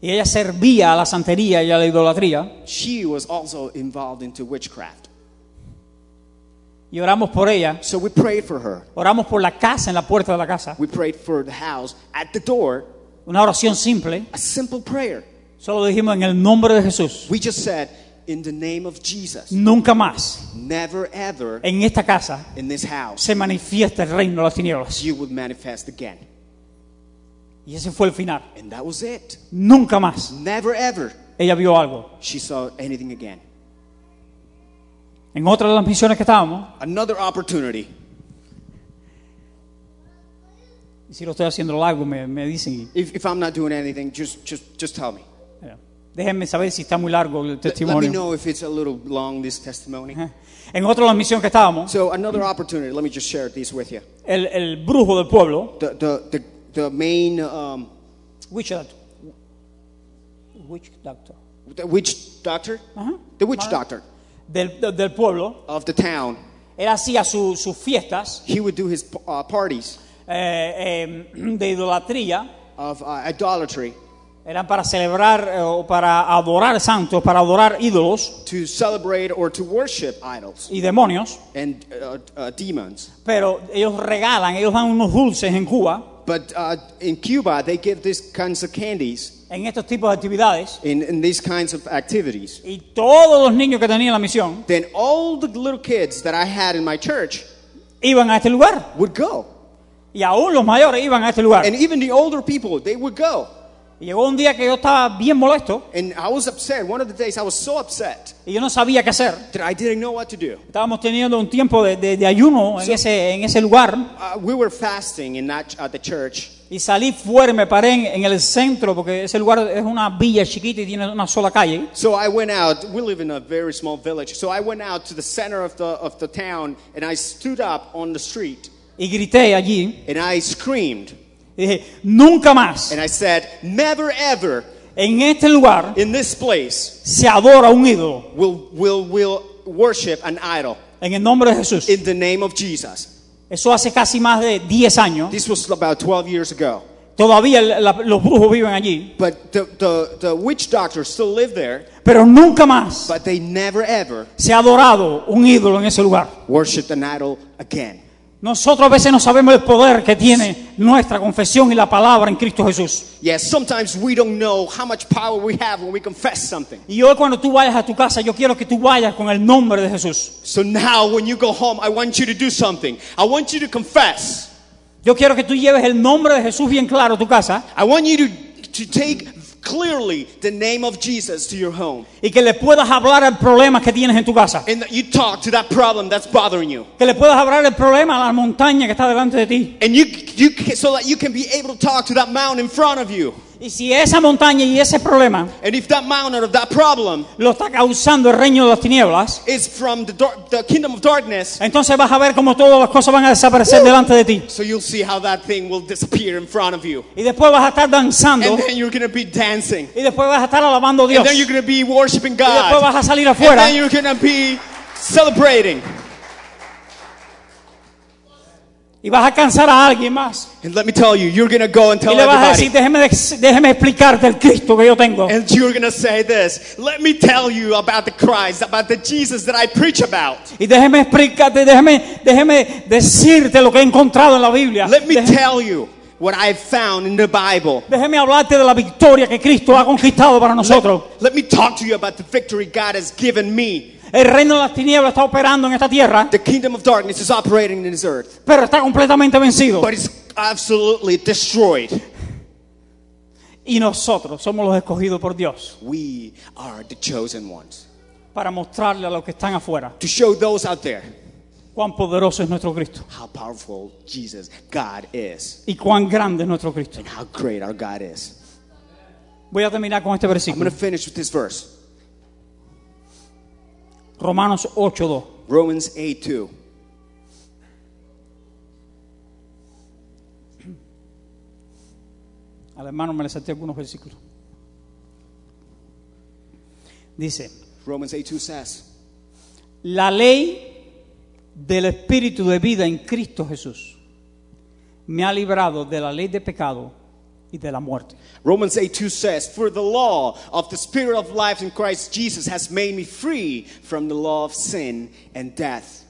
S5: Y ella servía a la santería y a la idolatría.
S4: She was also involved into witchcraft.
S5: Y oramos por ella.
S4: So we prayed for her.
S5: Oramos por la casa, en la puerta de la casa.
S4: We prayed for the house at the door,
S5: Una oración simple.
S4: a simple prayer.
S5: Solo dijimos en el nombre de Jesús.
S4: We just said, in the name of Jesus,
S5: Nunca más
S4: never ever
S5: en esta casa
S4: in this house
S5: se manifiesta el reino de las tinieblas.
S4: you would manifest again.
S5: Y ese fue el final.
S4: And that was it.
S5: Nunca más
S4: Never ever
S5: ella vio algo.
S4: she saw anything again.
S5: En otra de las misiones que estábamos,
S4: Another opportunity.
S5: y si lo estoy haciendo largo, me, me dicen.
S4: If, if I'm not doing anything, just just just tell me.
S5: eh, Déjenme saber si está muy largo el
S4: Let- Let me
S5: testimonio.
S4: know if it's a little long this testimony.
S5: En otra de las misiones que estábamos,
S4: So another opportunity. Let me just share this with you.
S5: el, el brujo del pueblo,
S4: The the the, the main um,
S5: witch doctor. Witch doctor.
S4: the witch doctor,
S5: Ajá.
S4: the witch
S5: Mar-
S4: doctor
S5: Del, del- del pueblo,
S4: of the town.
S5: él hacía su- sus fiestas
S4: He would do his uh, parties
S5: eh, eh, de idolatría.
S4: of uh, idolatry
S5: Eran para celebrar eh, o para adorar santos, para adorar ídolos
S4: to celebrate or to worship idols
S5: y demonios,
S4: and uh, uh, demons.
S5: pero ellos regalan, ellos dan unos dulces en Cuba,
S4: But uh, in Cuba, they give these kinds of candies
S5: en estos tipos de actividades,
S4: in, in these kinds of activities.
S5: y todos los niños que tenían la misión
S4: Then all the little kids that I had in my church
S5: iban a este lugar,
S4: would go,
S5: y aún los mayores iban a este lugar.
S4: and even the older people they would go.
S5: Y llegó un día que yo estaba bien molesto
S4: And I was upset. One of the days, I was so upset
S5: y yo no sabía qué hacer.
S4: that I didn't know what to do.
S5: Estábamos teniendo un tiempo de, de- de ayuno en,
S4: So-
S5: ese, en ese lugar,
S4: Uh, we were fasting in that at the church.
S5: y salí fuera, y me paré en, en el centro, porque ese lugar es una villa chiquita y tiene una sola calle.
S4: So I went out. We live in a very small village. So I went out to the center of the of the town and I stood up on the street
S5: Y grité allí,
S4: and I screamed
S5: y dije, nunca más
S4: and I said, "Never ever
S5: en este lugar
S4: in this place
S5: se adora un ídolo.
S4: will will will worship an idol
S5: En el nombre de Jesús.
S4: in the name of Jesus."
S5: Eso hace casi más de 10 años.
S4: This was about 12 years ago.
S5: Todavía el- la- los brujos viven allí.
S4: But the, the, the witch doctor still lived there,
S5: Pero nunca más
S4: but they never ever
S5: se ha adorado un ídolo en ese lugar.
S4: worshiped an idol again.
S5: Nosotros a veces no sabemos el poder que tiene nuestra confesión y la palabra en Cristo Jesús.
S4: Yes, sometimes we don't know how much power we have when we confess something.
S5: Y hoy cuando tú vayas a tu casa, yo quiero que tú vayas con el nombre de Jesús.
S4: So now when you go home, I want you to do something. I want you to confess.
S5: Yo quiero que tú lleves el nombre de Jesús bien claro a tu casa
S4: I want you to, to take clearly the name of Jesus to your home
S5: y que le puedas hablar el problema que tienes en tu casa.
S4: and that you talk to that problem that's bothering you.
S5: Que le puedas hablar el problema a la montaña que está delante de ti.
S4: And you, you can, so that you can be able to talk to that mountain in front of you.
S5: Y si esa montaña y ese problema
S4: And if that mountain or that problem
S5: lo está causando el reino de las tinieblas,
S4: is from the, dark, the kingdom of darkness,
S5: entonces vas a ver como todas las cosas van a desaparecer delante de ti.
S4: so you'll see how that thing will disappear in front of you.
S5: Y después vas a estar danzando.
S4: And then you're going to be dancing.
S5: Y después vas a estar alabando a Dios.
S4: And then you're
S5: Y
S4: going to be worshiping
S5: después vas
S4: God.
S5: a salir
S4: And
S5: afuera.
S4: then you're going to be celebrating.
S5: Y vas a cansar a alguien más.
S4: And let me tell you, you're going to go and
S5: Y
S4: tell
S5: le vas a decir,
S4: everybody.
S5: déjeme, dex- déjeme explicarte el Cristo que yo tengo.
S4: And you're going to say this. Let me tell you about the Christ, about the Jesus that I preach about.
S5: Y déjeme explicarte, déjeme, déjeme decirte lo que he encontrado en la Biblia.
S4: Let me
S5: Déjeme,
S4: tell you what I've found in the Bible.
S5: déjeme hablarte de la victoria que Cristo ha conquistado para nosotros.
S4: Let, let me talk to you about the victory God has given me.
S5: El reino de las tinieblas está operando en esta tierra,
S4: The kingdom of darkness is operating in this earth,
S5: pero está completamente vencido.
S4: but it's absolutely destroyed.
S5: Y nosotros somos los escogidos por Dios
S4: We are the chosen ones
S5: para mostrarle a los que están afuera
S4: to show those out there
S5: cuán poderoso es nuestro Cristo
S4: how powerful Jesus, God is,
S5: y cuán grande es nuestro Cristo.
S4: how great our God is.
S5: Voy a terminar con este
S4: I'm
S5: versículo.
S4: going to finish with this verse
S5: Romanos 8:2.
S4: Romans 8 2.
S5: Al hermano me le salté algunos versículos. Dice,
S4: Romans 8 2 says,
S5: la ley del espíritu de vida en Cristo Jesús me ha librado de la ley de pecado y de la muerte.
S4: Romans 8 2 says, For the law of the Spirit of life in Christ Jesus has made me free from the law of sin and death.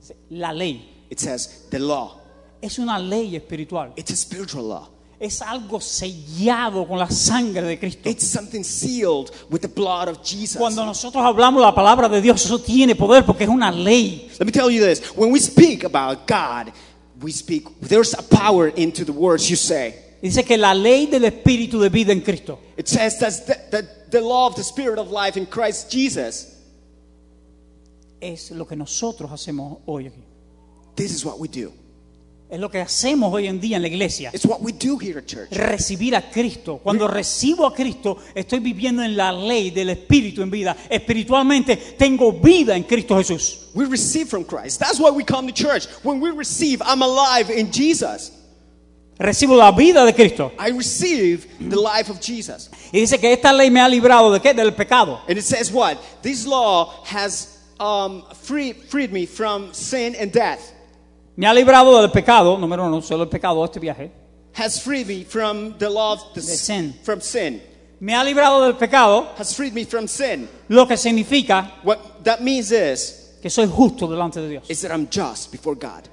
S5: Dice, La ley
S4: It says, The law.
S5: es una ley espiritual.
S4: It's a spiritual law.
S5: Es algo sellado con la sangre de Cristo.
S4: It's something sealed with the blood of Jesus.
S5: Cuando nosotros hablamos la palabra de Dios, eso tiene poder porque es una ley.
S4: Let me tell you this when we speak about God, we speak, there's a power into the words you say.
S5: Dice que la ley del espíritu de vida en Cristo
S4: It says that's the, that the law of the Spirit of life in Christ Jesus.
S5: es lo que nosotros hacemos hoy aquí.
S4: This is what we do.
S5: Es lo que hacemos hoy en día en la iglesia.
S4: It's what we do here at church.
S5: Recibir a Cristo. Cuando recibo a Cristo, estoy viviendo en la ley del Espíritu en vida. Espiritualmente tengo vida en Cristo Jesús.
S4: We receive from Christ. That's why we come to church. When we receive, I'm alive in Jesus.
S5: Recibo la vida de Cristo.
S4: I receive the life of Jesus.
S5: Y dice que esta ley me ha librado de qué? Del pecado.
S4: And it says what? This law has um, free, freed me from sin and death.
S5: Me ha librado del pecado, número uno, solo el pecado de este viaje.
S4: Has freed me from the law of the
S5: The sin.
S4: From sin.
S5: Me ha librado del pecado,
S4: Has freed me from sin.
S5: lo que significa
S4: What that means is,
S5: que soy justo delante de Dios.
S4: is that I'm just before God.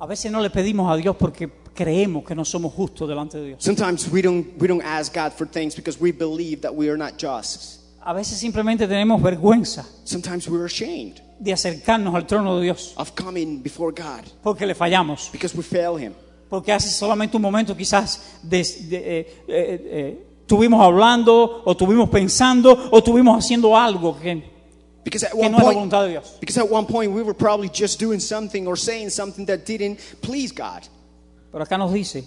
S5: A veces no le pedimos a Dios porque creemos que no somos justos delante de Dios.
S4: Sometimes we don't we don't ask God for things because we believe that we are not just.
S5: A veces simplemente tenemos vergüenza
S4: Sometimes we're ashamed
S5: de acercarnos al trono de Dios
S4: of coming before God
S5: porque le fallamos,
S4: because we fail Him.
S5: porque hace solamente un momento quizás de- de- eh, eh, eh, estuvimos hablando o estuvimos pensando o estuvimos haciendo algo que,
S4: Because at
S5: que
S4: one
S5: no es la
S4: point,
S5: voluntad de Dios.
S4: because at one point we were probably just doing something or saying something that didn't please God.
S5: Pero acá nos dice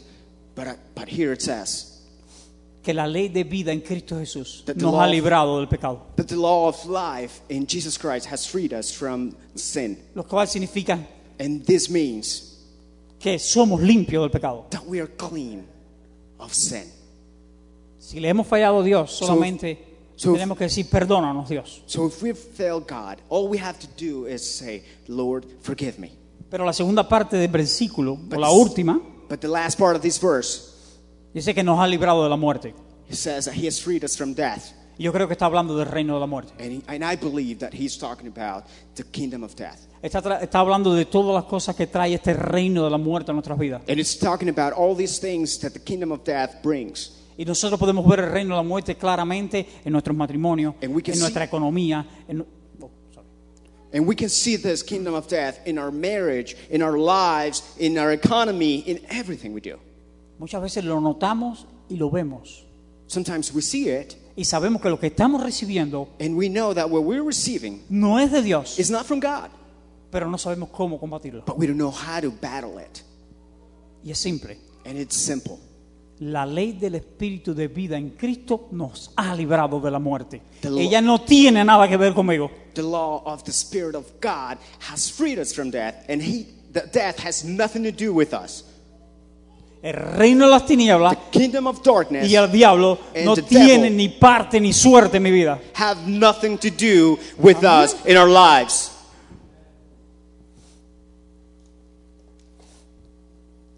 S4: But I- but here it says
S5: que la ley de vida en Cristo Jesús
S4: That the
S5: nos
S4: law
S5: ha
S4: of-
S5: librado del pecado,
S4: that the law of life in Jesus Christ has freed us from sin,
S5: lo cual significa
S4: and this means
S5: que somos limpios del pecado.
S4: that we are clean of sin.
S5: Si le hemos fallado a Dios, solamente
S4: so-
S5: tenemos que decir perdónanos Dios.
S4: So if we've failed God, all we have to do is say, Lord, forgive me.
S5: Pero la segunda parte del versículo, o
S4: But
S5: la
S4: this-
S5: última,
S4: But the last part of this verse,
S5: dice que nos ha librado de la muerte.
S4: he says that he has freed us from death.
S5: Y yo creo que está hablando del reino de la muerte.
S4: And, he, and I believe that he's talking about the kingdom of death.
S5: Está, tra- está hablando de todas las cosas que trae este reino de la muerte a nuestras vidas.
S4: And it's talking about all these things that the kingdom of death brings.
S5: Y nosotros podemos ver el reino de la muerte claramente en nuestros matrimonios, en
S4: And we can
S5: nuestra
S4: see-
S5: economía. en- oh, sorry.
S4: And we can see this kingdom of death in our marriage, in our lives, in our economy, in everything we do.
S5: Muchas veces lo notamos y lo vemos.
S4: Sometimes we see it
S5: Y sabemos que lo que estamos recibiendo
S4: and we know that what we're receiving
S5: no es de Dios,
S4: is not from God,
S5: pero no sabemos cómo combatirlo.
S4: but we don't know how to battle it.
S5: Y es simple.
S4: And it's simple.
S5: La ley del Espíritu de vida en Cristo nos ha librado de la muerte.
S4: The Lord-
S5: Ella no tiene nada que ver conmigo.
S4: The law of the Spirit of God has freed us from death, and he, the death has nothing to do with us.
S5: El reino de las tinieblas
S4: The kingdom of darkness
S5: y el diablo
S4: And
S5: no
S4: the devil.
S5: tiene ni parte ni suerte en mi vida.
S4: have nothing to do with us in our lives.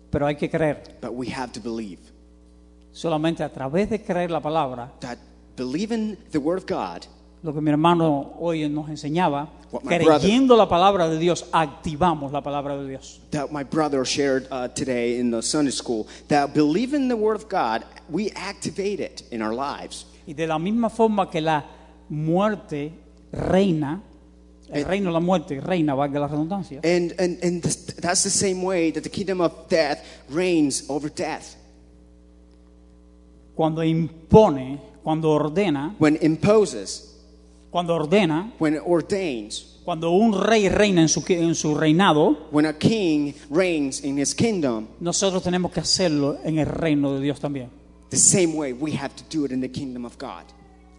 S5: Pero hay que creer.
S4: But we have to believe
S5: Solamente a través de creer la palabra,
S4: that believing the Word of God,
S5: lo que mi hermano hoy nos enseñaba,
S4: What my brother-
S5: creyendo la palabra de Dios, activamos la palabra de Dios.
S4: that my brother shared uh, today in the Sunday school, that believing the Word of God, we activate it in our lives.
S5: Y de la misma forma que la muerte reina, el
S4: Eh,
S5: reino de la muerte reina, valga la redundancia,
S4: And, and, and this, that's the same way that the kingdom of death reigns over death.
S5: cuando impone, cuando ordena,
S4: When imposes,
S5: cuando ordena,
S4: when ordains,
S5: cuando un rey reina en su, en su reinado,
S4: When a king reigns in his kingdom,
S5: nosotros tenemos que hacerlo en el reino de Dios también.
S4: the same way we have to do it in the kingdom of God.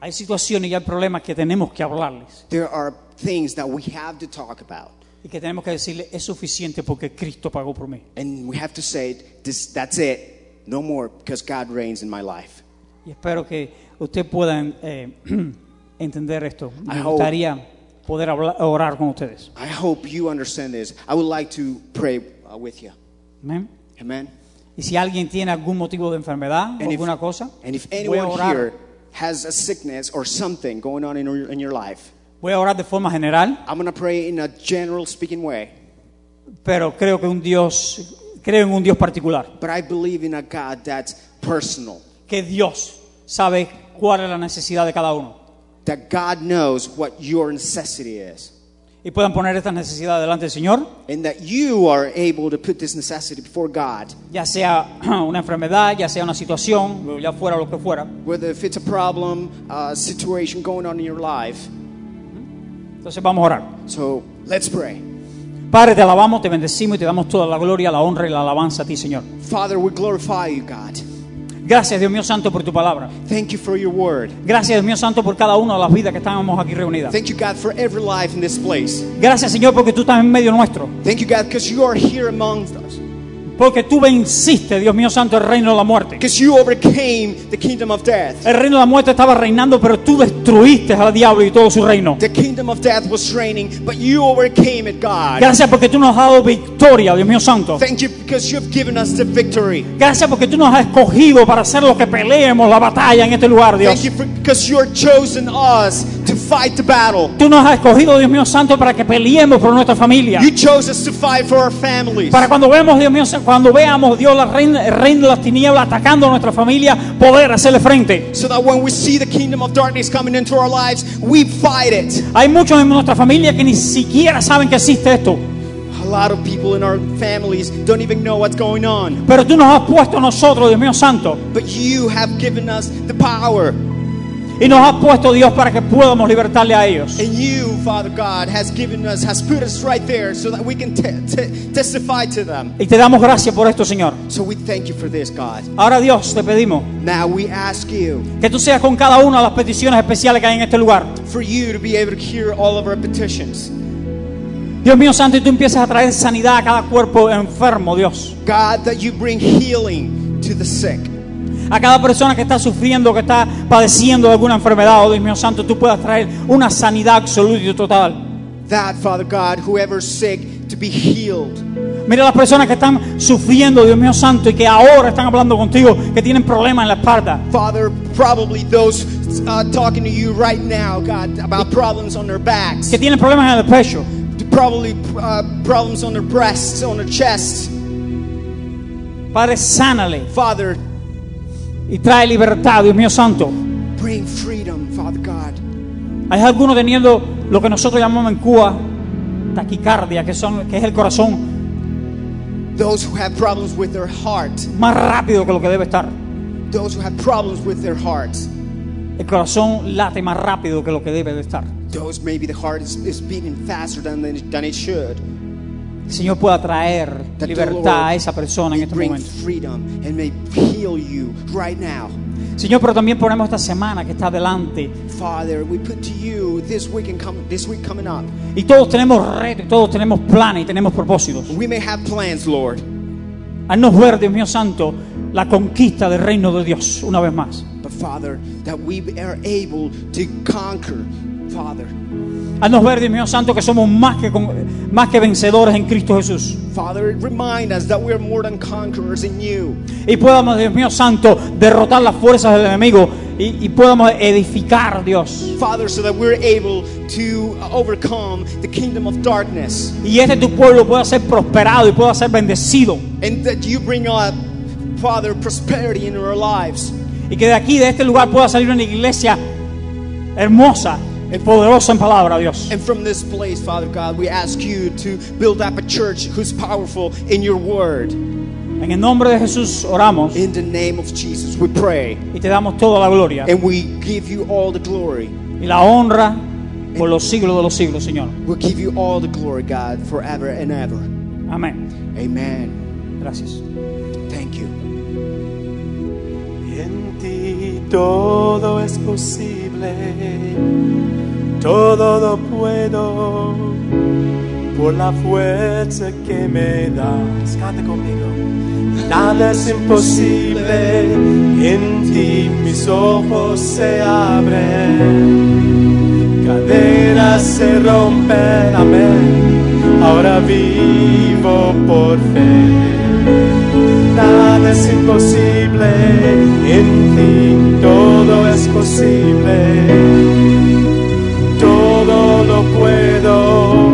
S5: Hay situaciones y hay problemas que tenemos que hablarles
S4: There are things that we have to talk about,
S5: y que tenemos que decirle es suficiente porque Cristo pagó por mí.
S4: and we have to say, this, That's it, no more, because God reigns in my life.
S5: Y espero que ustedes puedan eh, entender esto. Me
S4: I hope-
S5: gustaría poder hablar- orar con ustedes.
S4: I hope you understand this. I would like to pray uh, with you.
S5: Amén.
S4: Amen.
S5: Y si alguien tiene algún motivo de enfermedad o
S4: if,
S5: alguna cosa,
S4: and if
S5: voy a
S4: anyone
S5: orar.
S4: here has a sickness or something going on in your, in your life,
S5: Voy a orar de forma general,
S4: I'm going to pray in a general speaking way,
S5: pero creo que un Dios, creo en un Dios particular,
S4: but I believe in a God that's personal.
S5: que Dios sabe cuál es la necesidad de cada uno
S4: that God knows what your necessity is
S5: y puedan poner esta necesidad delante del Señor,
S4: and that you are able to put this necessity before God.
S5: ya sea una enfermedad, ya sea una situación, ya fuera lo que fuera.
S4: Whether if it's a problem, uh, situation going on in your life.
S5: Entonces vamos a orar.
S4: So let's pray.
S5: Padre, te alabamos, te bendecimos y te damos toda la gloria, la honra y la alabanza a ti, Señor.
S4: Father, we glorify you, God.
S5: Gracias, Dios mío santo, por tu palabra.
S4: Thank you for your word.
S5: Gracias, Dios mío santo, por cada una de las vidas que estamos aquí reunidas.
S4: Thank you, God, for every life in this place.
S5: Gracias, Señor, porque tú estás en medio nuestro.
S4: Thank you, God, because you are here amongst us.
S5: Porque tú venciste, Dios mío santo, el reino de la muerte.
S4: Because you overcame the kingdom of death.
S5: El reino de la muerte estaba reinando, pero tú destruiste al diablo y todo su reino.
S4: The kingdom of death was reigning, but you overcame it, God.
S5: Gracias porque tú nos has dado victoria, Dios mío santo.
S4: Thank you because you've given us the victory.
S5: Gracias porque tú nos has escogido para ser los que peleemos la batalla en este lugar,
S4: Thank
S5: Dios.
S4: you for, because you're chosen us to fight the battle.
S5: Tú nos has escogido, Dios mío santo, para que peleemos por nuestra familia.
S4: You chose us to fight for our families.
S5: Para cuando vemos, Dios mío, santo, cuando veamos, Dios, la reina, el reino de las tinieblas atacando a nuestra familia, poder hacerle frente.
S4: So that when we see the kingdom of darkness coming into our lives, we fight it.
S5: Hay muchos en nuestra familia que ni siquiera saben que existe esto.
S4: A lot of people in our families don't even know what's going on.
S5: Pero tú nos has puesto a nosotros, Dios mío santo,
S4: But you have given us the power.
S5: Y nos has puesto Dios para que podamos libertarle a ellos.
S4: And you, Father God, has given us, has put us right there so that we can te- te- testify to them.
S5: Y te damos gracias por esto, Señor.
S4: So we thank you for this, God.
S5: Ahora Dios, te pedimos
S4: Now we ask you
S5: que tú seas con cada una de las peticiones especiales que hay en este lugar.
S4: for you to be able to hear all of our petitions.
S5: Dios mío santo, y tú empiezas a traer sanidad a cada cuerpo enfermo, Dios.
S4: God, that you bring healing to the sick.
S5: A cada persona que está sufriendo, que está padeciendo de alguna enfermedad, oh Dios mío santo, tú puedas traer una sanidad absoluta y total.
S4: that, Father God, whoever's sick, to be healed.
S5: Mira las personas que están sufriendo, Dios mío santo, y que ahora están hablando contigo, que tienen problemas en la espalda.
S4: Father, probably those uh, talking to you right now, God, about problems on their backs,
S5: que tienen problemas en el pecho.
S4: probably uh, problems on their breasts, on their chest.
S5: Padre, sánale
S4: Father,
S5: y trae libertad, Dios mío santo.
S4: bring freedom, Father God.
S5: Hay algunos teniendo lo que nosotros llamamos en Cuba taquicardia, que, son, que es el corazón
S4: Those who have problems with their heart,
S5: más rápido que lo que debe estar.
S4: those who have problems with their hearts,
S5: El corazón late más rápido que lo que debe de estar.
S4: those maybe the heart is, is beating faster than, than it should.
S5: El Señor pueda traer
S4: That the
S5: libertad a
S4: Lord
S5: esa persona en
S4: may
S5: este
S4: bring
S5: momento.
S4: freedom and may heal you right now.
S5: Señor, pero también ponemos esta semana que está adelante.
S4: Father, we put to you this week and come, this week coming up.
S5: Y todos tenemos retos, y todos tenemos planes y tenemos propósitos.
S4: We may have plans, Lord.
S5: Haznos ver, Dios mío santo, la conquista del reino de Dios una vez más.
S4: But Father, that we are able to conquer, Father.
S5: Haznos ver, Dios mío santo, que somos más que, con- más que vencedores en Cristo Jesús.
S4: Father, remind us that we are more than conquerors in you.
S5: Y podamos, Dios mío santo, derrotar las fuerzas del enemigo y, y podamos edificar, Dios.
S4: Father, so that we're able to overcome the kingdom of darkness
S5: Y este tu pueblo pueda ser prosperado y pueda ser bendecido.
S4: and that you bring up, Father, prosperity in our lives.
S5: Y que de aquí, de este lugar, pueda salir una iglesia hermosa, poderosa en palabra, Dios.
S4: And from this place, Father God, we ask you to build up a church who's powerful in your word.
S5: En el nombre de Jesús oramos
S4: In the name of Jesus, we pray
S5: y te damos toda la gloria
S4: and we give you all the glory.
S5: y la honra por los siglos de los siglos, Señor.
S4: We'll give you all the glory, God, forever and ever.
S5: Amén.
S4: Amen.
S5: Gracias.
S4: Thank you.
S6: En ti todo es posible, todo lo puedo por la fuerza que me das. Canta conmigo. Nada es imposible, en ti mis ojos se abren, cadenas se rompen, amén. Ahora vivo por fe nada es imposible, en ti todo es posible, todo lo puedo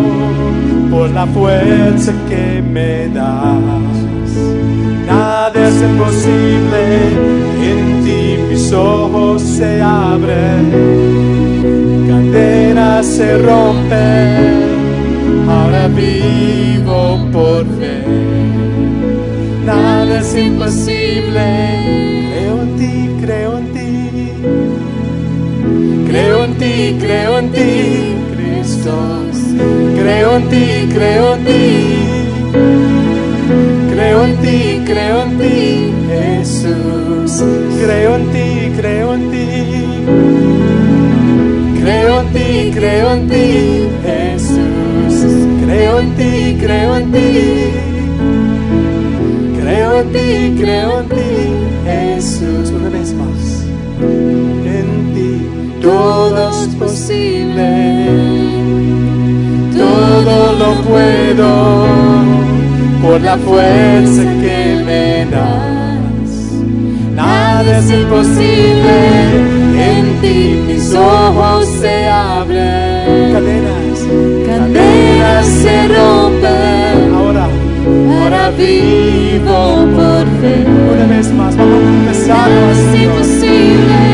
S6: por la fuerza que me das. Nada es imposible, en ti mis ojos se abren, cadenas se rompen, ahora vivo por fe nada es imposible. Creo en ti, creo en ti. Creo en ti, creo en ti, Cristo. Creo en ti, creo en ti. Creo en ti, creo en ti, Jesús. Creo en ti, creo en ti. Creo en ti, creo en ti, Jesús. Creo en ti, creo en ti. Creo en ti, creo en ti, Jesús, una vez más. En ti todo es posible, todo lo puedo por la fuerza que me das. Nada es imposible, en ti mis ojos se abren, cadenas, cadenas se rompen. Ahora ahora vivo por fe. Una vez más, vamos a empezar. Es imposible,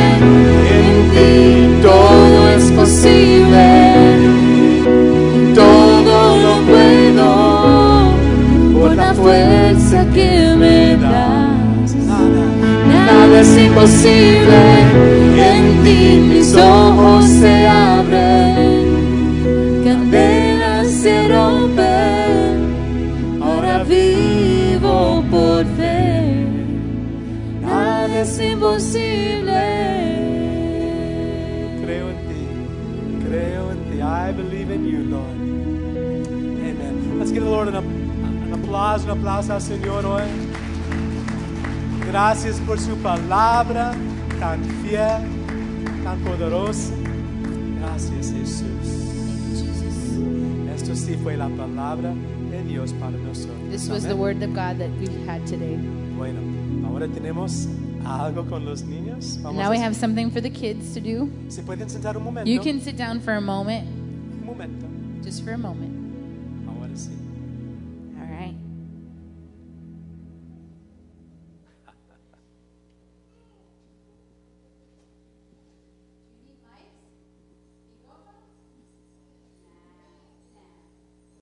S6: en ti todo es posible. Todo lo puedo por la fuerza que me das. Nada es imposible, en ti mis ojos se abren. Cadenas se rompen ahora vivo por fe. Nada es imposible. Creo en ti, creo en ti. I believe in you, Lord. Amen. Let's give the Lord an, an applause, un aplauso al Señor hoy. Gracias por su palabra tan fiel, tan poderosa. Gracias, Jesús.
S1: Eso sí fue la palabra de Dios para nosotros.
S2: This was the
S1: Amén.
S2: word of God that we had today.
S1: Bueno, ahora tenemos algo con los niños. Vamos
S2: Now we
S1: a-
S2: have something for the kids to do.
S1: ¿Se pueden sentar un momento?
S2: You can sit down for a moment,
S1: Un momento.
S2: just for a moment.
S1: Ahora sí.